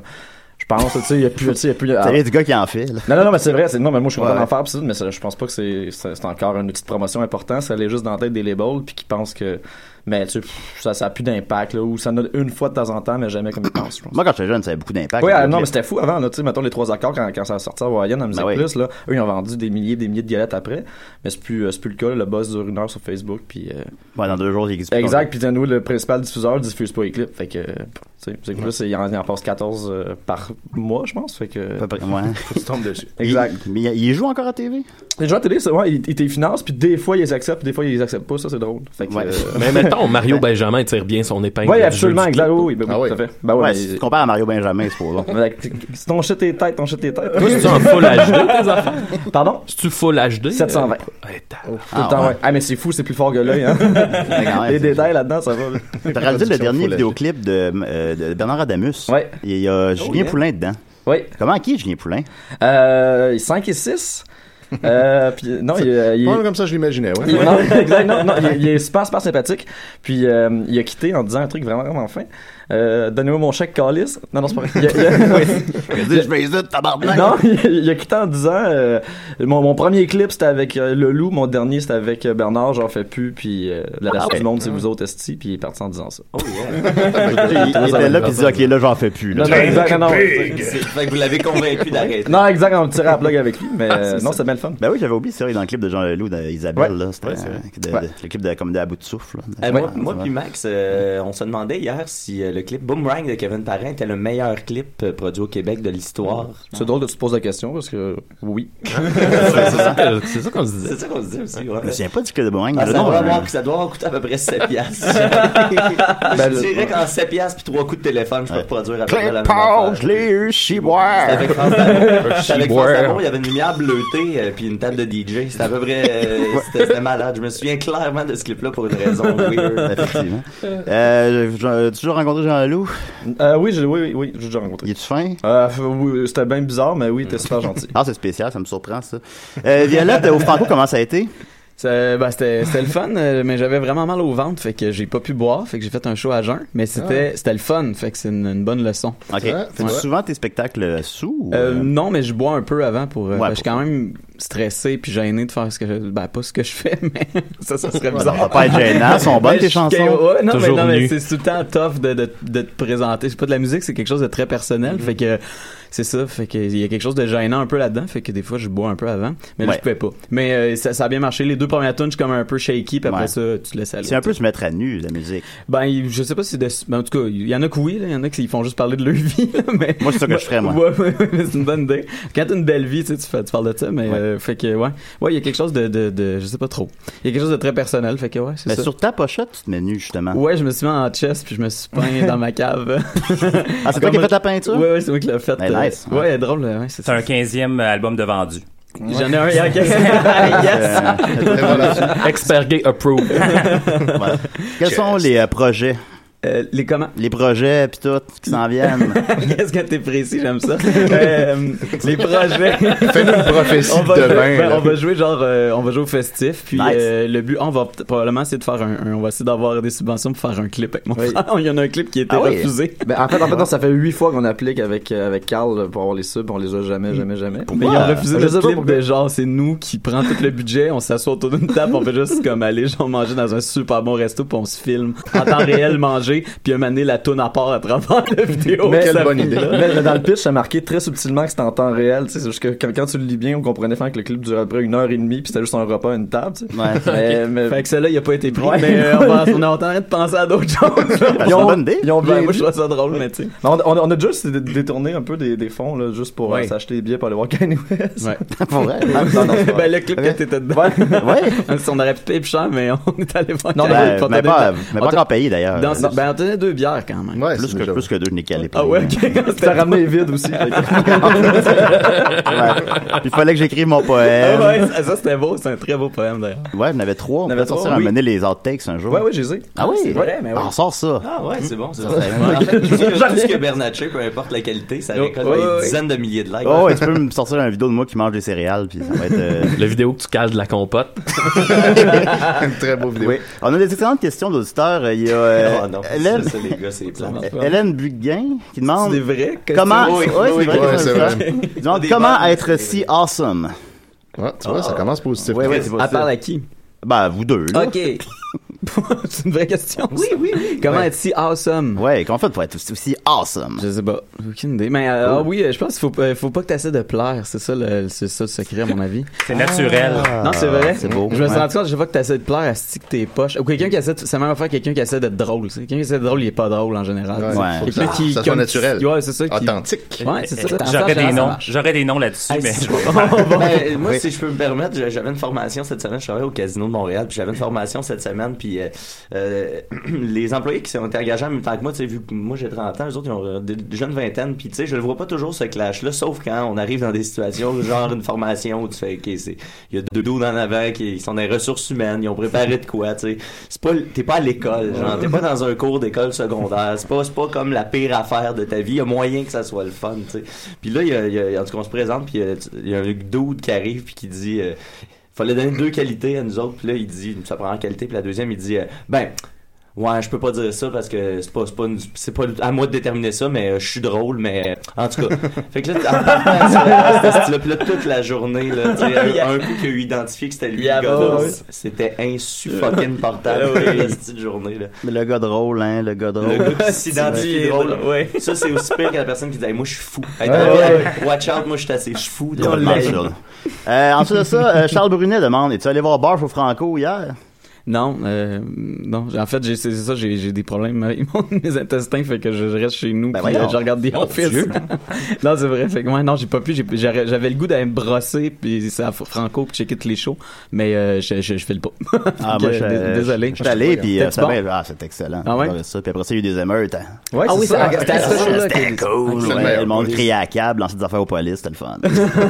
[SPEAKER 9] Je Je pense, tu sais, il y a plus, tu sais, il y a plus.
[SPEAKER 1] T'as l'air du gars qui en file.
[SPEAKER 9] Non, non, non, mais c'est vrai. c'est- Non, mais moi, je suis content
[SPEAKER 1] Ouais.
[SPEAKER 9] d'en faire, pis c'est tout, mais ça, je pense pas que c'est- c'est c'est encore un outil de promotion important. Ça allait juste dans la tête des labels, puis qui pensent que. Mais tu sais, pff, ça n'a plus d'impact, là, ou ça en a une fois de temps en temps, mais jamais comme ils pensent, je pense.
[SPEAKER 1] Moi, quand j'étais jeune, ça avait beaucoup d'impact.
[SPEAKER 9] Oui,
[SPEAKER 1] le
[SPEAKER 9] non,
[SPEAKER 1] clip. Ben
[SPEAKER 9] mais c'était fou avant, là, tu sais, mettons les trois accords quand, quand ça a sorti à Hawaiian à Musique
[SPEAKER 1] oui.
[SPEAKER 9] Plus, là, eux ils ont vendu des milliers des milliers de galettes après, mais c'est plus, euh, c'est plus le cas, là, le buzz dure une heure sur Facebook, puis euh,
[SPEAKER 1] Ouais, dans deux jours, il existe. plus
[SPEAKER 9] exact, puis nous, le principal diffuseur diffuse pas les clips, fait que, euh, tu sais, Musique Plus, il en, il en passe 14 euh, par mois, je pense, fait que...
[SPEAKER 1] ton- à peu près, ouais.
[SPEAKER 3] Tu tombes dessus.
[SPEAKER 9] Exact.
[SPEAKER 1] Il- Mais il il joue encore à TV?
[SPEAKER 9] Les gens à télé, c'est- ouais, ils, ils te financent, puis des fois ils les acceptent, puis des fois ils les acceptent pas, ça c'est drôle. Fait que,
[SPEAKER 1] Ouais.
[SPEAKER 9] euh,
[SPEAKER 4] Mais mettons, Mario Benjamin il tire bien son épingle.
[SPEAKER 9] ouais,
[SPEAKER 4] du
[SPEAKER 9] absolument,
[SPEAKER 4] jeu du
[SPEAKER 9] exact, oui, oui, ben oui,
[SPEAKER 3] Ah oui.
[SPEAKER 9] tout à fait.
[SPEAKER 6] Bah
[SPEAKER 9] Ben ouais,
[SPEAKER 1] Ouais,
[SPEAKER 9] mais-
[SPEAKER 1] si tu te compares à Mario Benjamin, c'est pour là.
[SPEAKER 9] mais- si ton shit est tête, ton shit est tête.
[SPEAKER 4] clip. Toi, c'est-tu en full HD, tes affaires?
[SPEAKER 9] Pardon?
[SPEAKER 4] C'est-tu full HD?
[SPEAKER 9] 720.
[SPEAKER 4] Euh, hey, t'as-
[SPEAKER 9] Tout le temps, ouais. Ah, mais c'est fou, c'est plus fort que l'œil, hein.
[SPEAKER 1] Ah,
[SPEAKER 7] Ah
[SPEAKER 9] Les détails là-dedans, ça va. là.
[SPEAKER 1] T'as réalisé le
[SPEAKER 3] Production
[SPEAKER 1] dernier
[SPEAKER 3] full
[SPEAKER 1] vidéoclip de, euh, de Bernard Adamus.
[SPEAKER 9] Ouais. Oh,
[SPEAKER 1] Il y a Julien
[SPEAKER 2] yeah.
[SPEAKER 1] Poulain dedans.
[SPEAKER 9] Oui.
[SPEAKER 1] Comment qui est Julien Poulain?
[SPEAKER 9] Euh, 5 et 6. Euh, puis, non, il, euh, il-
[SPEAKER 3] Pas comme ça, je l'imaginais, ouais.
[SPEAKER 9] il- non, exact, non, non, il, il est super, super sympathique. Puis euh, il a quitté en disant un truc vraiment, vraiment fin. Euh, Donnez-moi mon chèque, Calis. Non, non, c'est pas vrai. Il a- il a-
[SPEAKER 1] Il a dit, je vais les autres, tabarnak!
[SPEAKER 9] non, il a quitté en disant euh, mon, mon premier clip c'était avec euh, Le Loup, mon dernier c'était avec euh, Bernard, j'en fais plus, puis euh, la
[SPEAKER 7] Ah,
[SPEAKER 9] reste
[SPEAKER 1] ouais.
[SPEAKER 9] du monde c'est vous autres, Esti, puis il est parti en disant ça.
[SPEAKER 4] Oh,
[SPEAKER 1] Il, il était là pis il dit, ok, là, j'en fais plus. là.
[SPEAKER 9] Non, non, exact, non, non,
[SPEAKER 2] C'est- Fait que vous l'avez convaincu d'arrêter.
[SPEAKER 9] non, exact, on me tirait à la plug avec lui, mais
[SPEAKER 3] Ah,
[SPEAKER 9] euh, non, c'est bien le fun.
[SPEAKER 1] Ben oui, j'avais oublié, c'est vrai, dans le clip de Jean Leloup, d'Isabelle,
[SPEAKER 9] Ouais.
[SPEAKER 1] là. C'était
[SPEAKER 9] Ouais, c'est vrai.
[SPEAKER 1] euh, de-
[SPEAKER 9] Ouais.
[SPEAKER 1] de- le clip de comme de à bout de souffle. là.
[SPEAKER 2] Euh,
[SPEAKER 1] Ouais,
[SPEAKER 2] moi,
[SPEAKER 1] ça
[SPEAKER 2] moi
[SPEAKER 1] va.
[SPEAKER 2] puis Max, euh, on se demandait hier si euh, le clip Boomerang de Kevin Parent était le meilleur clip euh, produit au Québec de l'histoire.
[SPEAKER 9] C'est drôle que tu poses la question parce que euh, oui.
[SPEAKER 4] C'est ça que- c'est ça qu'on se disait.
[SPEAKER 2] C'est ça qu'on se dit aussi, ouais.
[SPEAKER 1] Je me souviens pas du clip de Boeing.
[SPEAKER 2] Ah,
[SPEAKER 1] le
[SPEAKER 2] ça,
[SPEAKER 1] nom,
[SPEAKER 2] doit
[SPEAKER 1] euh,
[SPEAKER 2] avoir, ça doit avoir coûté à peu près 7 piastres.
[SPEAKER 9] Ben,
[SPEAKER 2] je
[SPEAKER 9] le-
[SPEAKER 2] dirais qu'en 7 piastres puis 3 coups de téléphone, je peux
[SPEAKER 1] Ouais.
[SPEAKER 2] reproduire à peu près
[SPEAKER 1] Clip
[SPEAKER 2] la même
[SPEAKER 1] Paul,
[SPEAKER 2] affaire.
[SPEAKER 1] je l'ai eu,
[SPEAKER 2] C'était
[SPEAKER 1] chiboire!
[SPEAKER 2] avec France Lamour. C'était avec France
[SPEAKER 4] Chiboire.
[SPEAKER 2] Lamour, il y avait une lumière bleutée euh, puis une table de DJ. C'était à peu près... euh, c'était c'était malade. Je me souviens clairement de ce clip-là pour une raison weird.
[SPEAKER 1] Effectivement. Euh, je- je- tu as rencontré Jean Leloup?
[SPEAKER 9] Euh, oui, je, oui, oui, oui, j'ai déjà rencontré.
[SPEAKER 1] Il est-tu fin?
[SPEAKER 9] Euh, f- oui, c'était bien bizarre, mais oui, il était super gentil.
[SPEAKER 1] Ah, c'est spécial, ça me surprend, ça. Euh, Violette, au Franco, comment ça a été?
[SPEAKER 7] C'est- ben, c'était c'était le fun, euh, mais j'avais vraiment mal au ventre, fait que j'ai pas pu boire, fait que j'ai fait un show à jeun, mais c'était c'était le fun, fait que c'est une, une bonne leçon.
[SPEAKER 1] OK.
[SPEAKER 3] Ouais,
[SPEAKER 1] Fais-tu
[SPEAKER 3] ouais.
[SPEAKER 1] souvent tes spectacles sous? ou,
[SPEAKER 7] Euh,
[SPEAKER 1] euh,
[SPEAKER 7] non, mais je bois un peu avant pour. euh,
[SPEAKER 1] Ouais,
[SPEAKER 7] parce que
[SPEAKER 1] pour
[SPEAKER 7] je suis quand même stressé puis gêné de faire ce que je. Ben, pas ce que je fais, mais ça, ça serait
[SPEAKER 1] Ça
[SPEAKER 7] bizarre.
[SPEAKER 1] va pas être gênant, sont bonnes
[SPEAKER 7] Ben,
[SPEAKER 1] tes
[SPEAKER 7] je suis
[SPEAKER 1] chansons.
[SPEAKER 7] KO. Ouais, non, mais,
[SPEAKER 4] Toujours
[SPEAKER 7] non, mais
[SPEAKER 4] nu.
[SPEAKER 7] c'est tout le temps tough de, de, de te présenter. C'est pas de la musique, c'est quelque chose de très personnel. Fait que c'est ça. Fait que il y a quelque chose de gênant un peu là-dedans. Fait que des fois, je bois un peu avant. Mais là,
[SPEAKER 1] Ouais.
[SPEAKER 7] je pouvais pas. Mais euh, ça, ça a bien marché. Les deux premières tunes, je suis comme un peu shaky. Puis après
[SPEAKER 1] Ouais.
[SPEAKER 7] ça, tu te laisses aller.
[SPEAKER 1] C'est un peu se mettre à nu, la musique.
[SPEAKER 7] Ben, il- je sais pas si c'est de. ben, en tout cas, il y en a que oui, là, il y en a qui font juste parler de leur vie, là, mais.
[SPEAKER 1] Moi, c'est ça que je ferais, moi.
[SPEAKER 7] Ouais, ouais, ouais, c'est une bonne idée. Quand t'as une belle vie, tu, sais, tu, fais- tu parles de ça, mais.
[SPEAKER 1] Ouais.
[SPEAKER 7] euh, fait que, ouais. Ouais, il y a quelque chose de, de, de- Je sais pas trop. Il y a quelque chose de très personnel, fait que, ouais, c'est
[SPEAKER 1] Mais
[SPEAKER 7] ça.
[SPEAKER 1] sur ta pochette, tu te mets nu, justement.
[SPEAKER 7] Ouais, je me suis mis en chest puis je me suis peint dans ma cave.
[SPEAKER 1] Ah, c'est toi qui as
[SPEAKER 7] Comme-
[SPEAKER 1] fait ta peinture?
[SPEAKER 7] Ouais, ouais, c'est moi qui l'ai fait.
[SPEAKER 1] Ben,
[SPEAKER 7] euh,
[SPEAKER 1] nice.
[SPEAKER 7] Ouais, drôle, ouais, c'est
[SPEAKER 6] C'est
[SPEAKER 7] ça.
[SPEAKER 6] un 15e album de vendu.
[SPEAKER 7] J'en ai un
[SPEAKER 2] hein,
[SPEAKER 7] hier, ok. yes!
[SPEAKER 3] Très bon là-dessus.
[SPEAKER 4] Expert gay approved.
[SPEAKER 1] Voilà. Quels sont les euh, projets?
[SPEAKER 7] Euh, les comment?
[SPEAKER 1] Les projets, pis tout, qui s'en viennent.
[SPEAKER 7] Qu'est-ce que t'es précis, j'aime ça. Euh, les projets.
[SPEAKER 3] Fais-nous une prophétie
[SPEAKER 7] on va,
[SPEAKER 3] de
[SPEAKER 7] ben,
[SPEAKER 3] bain.
[SPEAKER 7] on va jouer genre euh, on va jouer au festif puis
[SPEAKER 1] Nice.
[SPEAKER 7] euh, le but on va peut- probablement essayer de faire un, un- on va essayer d'avoir des subventions pour faire un clip avec mon
[SPEAKER 9] Oui.
[SPEAKER 7] frère il y en a un clip qui a été
[SPEAKER 9] Ah oui.
[SPEAKER 7] refusé
[SPEAKER 9] Ben, en fait, en fait, non, ça fait huit fois qu'on applique avec, euh, avec Carl euh, pour avoir les subs, on les a jamais, jamais, jamais.
[SPEAKER 7] mais ils ont refusé
[SPEAKER 9] Je sais
[SPEAKER 7] le
[SPEAKER 9] pas
[SPEAKER 7] clip
[SPEAKER 9] pourquoi.
[SPEAKER 7] de genre Ah, c'est nous qui prend tout le budget on s'assoit autour d'une table on fait juste comme aller genre manger dans un super bon resto puis on se filme en temps réel manger puis un moment donné la tourne à part à travers la vidéo
[SPEAKER 9] Mais-
[SPEAKER 7] Ça
[SPEAKER 9] Quelle
[SPEAKER 3] bonne
[SPEAKER 7] finit
[SPEAKER 3] idée.
[SPEAKER 7] là.
[SPEAKER 9] Mais, mais dans le pitch, ça marquait très subtilement que c'était en temps réel. tu sais, C'est juste que quand, quand tu le lis bien, on comprenait fin, que le clip durait après une heure et demie, puis c'était juste un repas, une table. tu sais.
[SPEAKER 1] Ouais.
[SPEAKER 9] Mais- mais-
[SPEAKER 7] fait que celle-là il a pas été pris
[SPEAKER 9] Ouais.
[SPEAKER 7] mais euh, on, va- on est en train de penser à d'autres choses là.
[SPEAKER 1] C'est une bonne idée.
[SPEAKER 9] ils ont bien
[SPEAKER 7] Ben, moi
[SPEAKER 9] dit.
[SPEAKER 7] je trouve ça drôle mais tu sais
[SPEAKER 9] Mais On, on- on a juste dé- détourné un peu des, des fonds là, juste pour euh,
[SPEAKER 7] Ouais.
[SPEAKER 9] s'acheter des billets pour aller voir Kanye West.
[SPEAKER 7] ouais
[SPEAKER 1] Pour vrai?
[SPEAKER 7] ben, le clip
[SPEAKER 1] Ok.
[SPEAKER 7] que t'étais dedans.
[SPEAKER 9] Ouais.
[SPEAKER 1] Ouais.
[SPEAKER 7] Même si on aurait pu payer plus cher, mais on est allé voir.
[SPEAKER 9] Non,
[SPEAKER 7] Non,
[SPEAKER 1] Ben, mais pas, mais pas
[SPEAKER 7] on
[SPEAKER 1] encore payé, d'ailleurs.
[SPEAKER 7] dans, ben, on tenait deux bières quand même.
[SPEAKER 3] Ouais,
[SPEAKER 1] plus,
[SPEAKER 3] c'est
[SPEAKER 1] que,
[SPEAKER 3] déjà-
[SPEAKER 1] plus que deux, je n'ai calé.
[SPEAKER 7] Ah ouais, ok.
[SPEAKER 9] Ça ramenait les vides aussi. fait que-
[SPEAKER 1] Ah Ouais. Il fallait que j'écrive mon
[SPEAKER 7] Ah
[SPEAKER 1] poème. Ouais,
[SPEAKER 7] ouais, ça, ça, c'était beau, c'est un très beau poème d'ailleurs.
[SPEAKER 1] j'en avais trois. On
[SPEAKER 9] J'en avais
[SPEAKER 1] pourrait sortir
[SPEAKER 9] trois,
[SPEAKER 1] à
[SPEAKER 9] oui.
[SPEAKER 1] mener les outtakes un jour.
[SPEAKER 9] ouais, ouais, j'ai sais.
[SPEAKER 1] Ah oui?
[SPEAKER 9] C'est vrai, mais ouais.
[SPEAKER 1] On sort ça.
[SPEAKER 2] Ah ouais, c'est bon. C'est bon. En fait, tout ce que- tout ce que Bernatchez, peu importe la qualité, ça récolte
[SPEAKER 9] Oh, Ouais, ouais,
[SPEAKER 2] des
[SPEAKER 9] ouais.
[SPEAKER 2] dizaines de milliers de likes.
[SPEAKER 1] Oh, ouais, tu peux me sortir une vidéo de moi qui mange des céréales, puis ça va être. euh,
[SPEAKER 4] La vidéo que tu cales de la compote.
[SPEAKER 3] Une très beau vidéo.
[SPEAKER 1] Oui. On a des excellentes questions d'auditeurs. Il y a euh,
[SPEAKER 2] Oh non.
[SPEAKER 1] Hélène-
[SPEAKER 2] Ça, les gars, c'est plate.
[SPEAKER 1] Hélène Buguin qui demande
[SPEAKER 7] C'est vrai que
[SPEAKER 1] comment
[SPEAKER 2] Oui,
[SPEAKER 1] Ouais,
[SPEAKER 2] oui,
[SPEAKER 1] c'est vrai,
[SPEAKER 3] oui,
[SPEAKER 1] c'est
[SPEAKER 3] c'est
[SPEAKER 1] vrai.
[SPEAKER 3] vrai.
[SPEAKER 1] Elle demande
[SPEAKER 2] Des
[SPEAKER 1] comment
[SPEAKER 2] bonnes,
[SPEAKER 1] être
[SPEAKER 2] c'est-
[SPEAKER 1] si awesome
[SPEAKER 3] Ouais, tu vois, ça
[SPEAKER 9] Ah.
[SPEAKER 3] commence positif.
[SPEAKER 1] ouais, ouais, c'est
[SPEAKER 7] À part
[SPEAKER 1] possible.
[SPEAKER 7] à qui
[SPEAKER 1] bah vous deux là.
[SPEAKER 7] Ok. c'est une vraie question. Oui, oui, oui. Comment être si awesome
[SPEAKER 1] ouais qu'en fait pour être aussi- aussi awesome
[SPEAKER 7] Je sais pas, J'ai aucune idée. Mais euh, ah oui, euh, je pense qu'il faut, euh, faut pas que tu essaies de plaire. C'est ça, le, c'est ça le secret, à mon avis.
[SPEAKER 6] C'est naturel.
[SPEAKER 3] Ah.
[SPEAKER 7] non, c'est vrai.
[SPEAKER 1] c'est beau.
[SPEAKER 7] Je me suis
[SPEAKER 1] Ouais.
[SPEAKER 7] rendu compte, je vois que tu essaies de plaire à stick tes poches. Ou quelqu'un qui essaie, de- c'est la même affaire que quelqu'un qui essaie d'être drôle. tu sais. Quelqu'un qui essaie d'être drôle, il est pas drôle en général.
[SPEAKER 3] Ouais.
[SPEAKER 1] Ouais.
[SPEAKER 3] Faut que
[SPEAKER 9] Ah,
[SPEAKER 3] ça, ça soit
[SPEAKER 7] comme-
[SPEAKER 3] naturel.
[SPEAKER 7] Ouais, c'est ça. Qui...
[SPEAKER 3] Authentique.
[SPEAKER 7] Ouais, c'est ça.
[SPEAKER 6] J'aurais des
[SPEAKER 7] Attends,
[SPEAKER 6] noms. J'aurais des noms là-dessus, mais je vais
[SPEAKER 2] Ben, moi, si je peux me permettre, j'a- j'avais une formation cette semaine. Je travaillais au Casino de Montréal, puis j'avais une formation cette semaine. Puis euh, euh, les employés qui sont engagés en même temps que moi, tu sais, vu que moi j'ai 30 ans, les autres ils ont euh, des des jeunes vingtaines. Puis tu sais, je le vois pas toujours ce clash-là, sauf quand on arrive dans des situations genre une formation où tu fais, ok, c'est il y a deux dos en avant qui sont des ressources humaines, ils ont préparé de quoi, tu sais. C'est pas, t'es pas à l'école, genre, t'es pas dans un cours d'école secondaire. C'est pas, c'est pas comme la pire affaire de ta vie. Il y a moyen que ça soit le fun, tu sais. Puis là, il y a, il y a- en tout cas, on se présente, puis il y a- il y, a un dude qui arrive, puis qui dit... euh, fallait donner deux qualités à nous autres, puis là, il dit... Ça prend en qualité, puis la deuxième, il dit... euh, ben... Ouais, je peux pas dire ça parce que c'est pas, c'est pas, une- c'est pas à moi de déterminer ça, mais euh, je suis drôle, mais euh, en tout cas. fait que là, en partant à euh, ce- à ce style-là, puis là, toute la journée, là, tu sais, un, un coup qu'il a Ah eu identifié que c'était lui,
[SPEAKER 7] Yeah,
[SPEAKER 2] le gars, là,
[SPEAKER 7] boy.
[SPEAKER 2] c'était insu-fucking portable, la petite journée, là.
[SPEAKER 1] le gars drôle hein le gars drôle
[SPEAKER 2] Le gars qui s'identifie drôle.
[SPEAKER 7] Ouais.
[SPEAKER 2] Ça, c'est aussi pire que la personne qui dit Hey, Moi, je suis fou. Hey,
[SPEAKER 7] Ouais, ouais.
[SPEAKER 2] Watch out, moi, je suis assez fou.
[SPEAKER 1] Il y a pas de mal, Charles. Euh, ensuite de ça, euh, Charles Brunet demande Es-tu allé voir Barf au Franco hier
[SPEAKER 7] Non, euh, non. j'ai- En fait, j'ai- c'est c'est ça, j'ai j'ai des problèmes avec mon- mes intestins, fait que je, je reste chez nous,
[SPEAKER 1] Ben
[SPEAKER 7] puis,
[SPEAKER 1] voyons.
[SPEAKER 7] euh, je regarde des Office. non, c'est vrai. Fait que ouais, non, j'ai pas pu. j'ai- j'aurais- J'avais le goût d'aller me brosser, puis c'est à Franco, puis checker tous les shows, mais euh, je, je, je fais le pas.
[SPEAKER 1] Ah,
[SPEAKER 7] Donc,
[SPEAKER 1] moi,
[SPEAKER 7] euh,
[SPEAKER 1] je
[SPEAKER 7] dé- désolé.
[SPEAKER 1] Je suis allé, puis euh,
[SPEAKER 7] C'était-tu
[SPEAKER 1] ça
[SPEAKER 7] bon?
[SPEAKER 1] va, ah, c'est excellent.
[SPEAKER 7] Ah ouais?
[SPEAKER 1] J'adorais ça. Puis après ça, il y a eu des émeutes. hein.
[SPEAKER 7] Ouais,
[SPEAKER 9] Ah oui,
[SPEAKER 7] ça.
[SPEAKER 9] c'est-
[SPEAKER 7] C'était ça, là, que-
[SPEAKER 1] C'était cool.
[SPEAKER 3] Excellent.
[SPEAKER 1] ouais, le monde criait à câble, lançait des affaires aux polices, c'était le fun.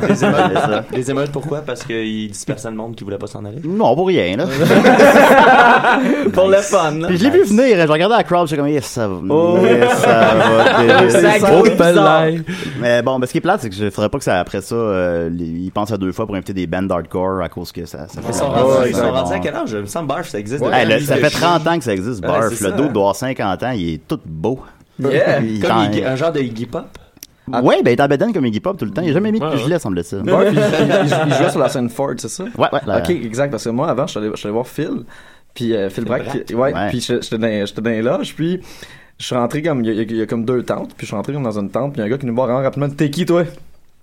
[SPEAKER 2] Les émeutes, les émeutes, pourquoi Parce qu'ils dispersaient le monde qui voulait pas s'en aller.
[SPEAKER 1] non, pour rien, là.
[SPEAKER 7] pour le fun. là.
[SPEAKER 1] Puis je l'ai vu venir, hein, je regardais la crowd, j'étais comme, yes, ça va.
[SPEAKER 2] Oh.
[SPEAKER 1] yes, ça va.
[SPEAKER 7] Ah,
[SPEAKER 1] désolé.
[SPEAKER 7] c'est
[SPEAKER 1] Oh,
[SPEAKER 7] bizarre.
[SPEAKER 1] Mais bon, ben, ce qui est plate, c'est que je ferais pas que ça, après ça, euh, les- ils pensent à deux fois pour inviter des bands hardcore à cause que ça. ça fait
[SPEAKER 2] Ils sont
[SPEAKER 1] la-
[SPEAKER 2] rendus,
[SPEAKER 1] Ouais,
[SPEAKER 2] ils sont
[SPEAKER 1] ouais,
[SPEAKER 2] rendus
[SPEAKER 1] bon.
[SPEAKER 2] à quel âge Il me semble Barf, ça existe.
[SPEAKER 3] Ouais.
[SPEAKER 1] Hey,
[SPEAKER 2] depuis
[SPEAKER 1] le- ça
[SPEAKER 2] que
[SPEAKER 1] fait
[SPEAKER 2] je-
[SPEAKER 1] 30 ans que ça existe,
[SPEAKER 2] Ouais,
[SPEAKER 1] Barf.
[SPEAKER 2] c'est
[SPEAKER 1] le
[SPEAKER 2] ça.
[SPEAKER 1] dos doit avoir 50 ans, il est tout beau.
[SPEAKER 7] Yeah.
[SPEAKER 1] Il
[SPEAKER 2] Comme
[SPEAKER 1] t'en-
[SPEAKER 2] Iggy- un genre de Iggy Pop.
[SPEAKER 1] Ouais, ben il est en bédaine comme Iggy Pop tout le temps. Il a jamais mis de gilet, semble-t-il. Ouais,
[SPEAKER 9] Barb, il, il- il jouait sur la scène Ford, c'est ça?
[SPEAKER 1] ouais. la-
[SPEAKER 9] Ok, exact, parce que moi, avant, je suis allé, je suis allé voir Phil, puis euh, Phil Brack,
[SPEAKER 2] Brack.
[SPEAKER 9] qui- ouais,
[SPEAKER 1] Ouais.
[SPEAKER 9] puis je- j'étais dans, j'étais dans les loges, puis je suis rentré comme, il y, a- il y a comme deux tentes, puis je suis rentré comme dans une tente, puis il y a un gars qui nous voit vraiment rapidement, t'es qui, toi?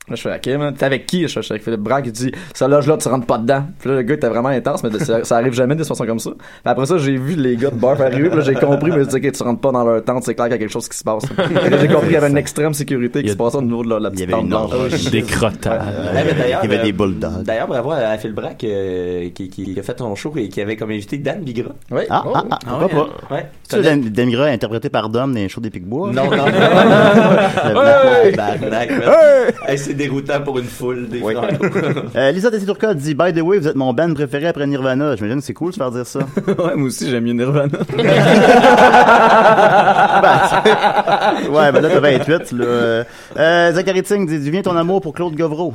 [SPEAKER 9] Là, je fais, ok, man, t'es avec qui? Je fais, Je suis avec Philippe Braque, il dit, ça loge-là, tu rentres pas dedans. Puis là, le gars était vraiment intense, mais de- ça, ça arrive jamais des situations comme ça. Puis après ça, j'ai vu les gars de bar arriver, puis là, j'ai compris, mais je dis, ok, tu rentres pas dans leur tente, c'est clair qu'il y a quelque chose qui se passe. Puis là, j'ai compris qu'il y avait une extrême sécurité
[SPEAKER 4] Il
[SPEAKER 9] qui
[SPEAKER 4] y a-
[SPEAKER 9] se passait au niveau de la, la
[SPEAKER 1] Il y avait
[SPEAKER 9] petite tente
[SPEAKER 1] une
[SPEAKER 9] blanche.
[SPEAKER 1] horloge.
[SPEAKER 4] Des crottades.
[SPEAKER 1] Euh,
[SPEAKER 2] Ouais, Oh, mais d'ailleurs,
[SPEAKER 1] il y avait
[SPEAKER 2] euh,
[SPEAKER 1] des bulldogs.
[SPEAKER 2] D'ailleurs, bravo à Phil Brack euh, qui, qui a fait ton show et qui avait comme invité Dan Bigra.
[SPEAKER 9] Ouais.
[SPEAKER 1] Ah, ah, ah, pourquoi pas?
[SPEAKER 2] Ouais. hein.
[SPEAKER 1] C'est Dan Dan Gras interprété par Dom dans les shows des Pic-Bois?
[SPEAKER 2] Non, non, non,
[SPEAKER 1] Le
[SPEAKER 2] non.
[SPEAKER 1] blanc.
[SPEAKER 2] Tabarnak, man. Hey, C'est déroutant pour une foule des
[SPEAKER 1] Oui.
[SPEAKER 2] Franco.
[SPEAKER 1] Euh, Lisa Tessiturka dit By the way, vous êtes mon band préféré après Nirvana. J'imagine que c'est cool de se faire dire ça.
[SPEAKER 7] Ouais, moi aussi, j'aime mieux Nirvana.
[SPEAKER 1] ouais, ben là, t'as 28. Là. Euh, Euh, Zachary Ting dit D'où vient ton amour pour Claude Govreau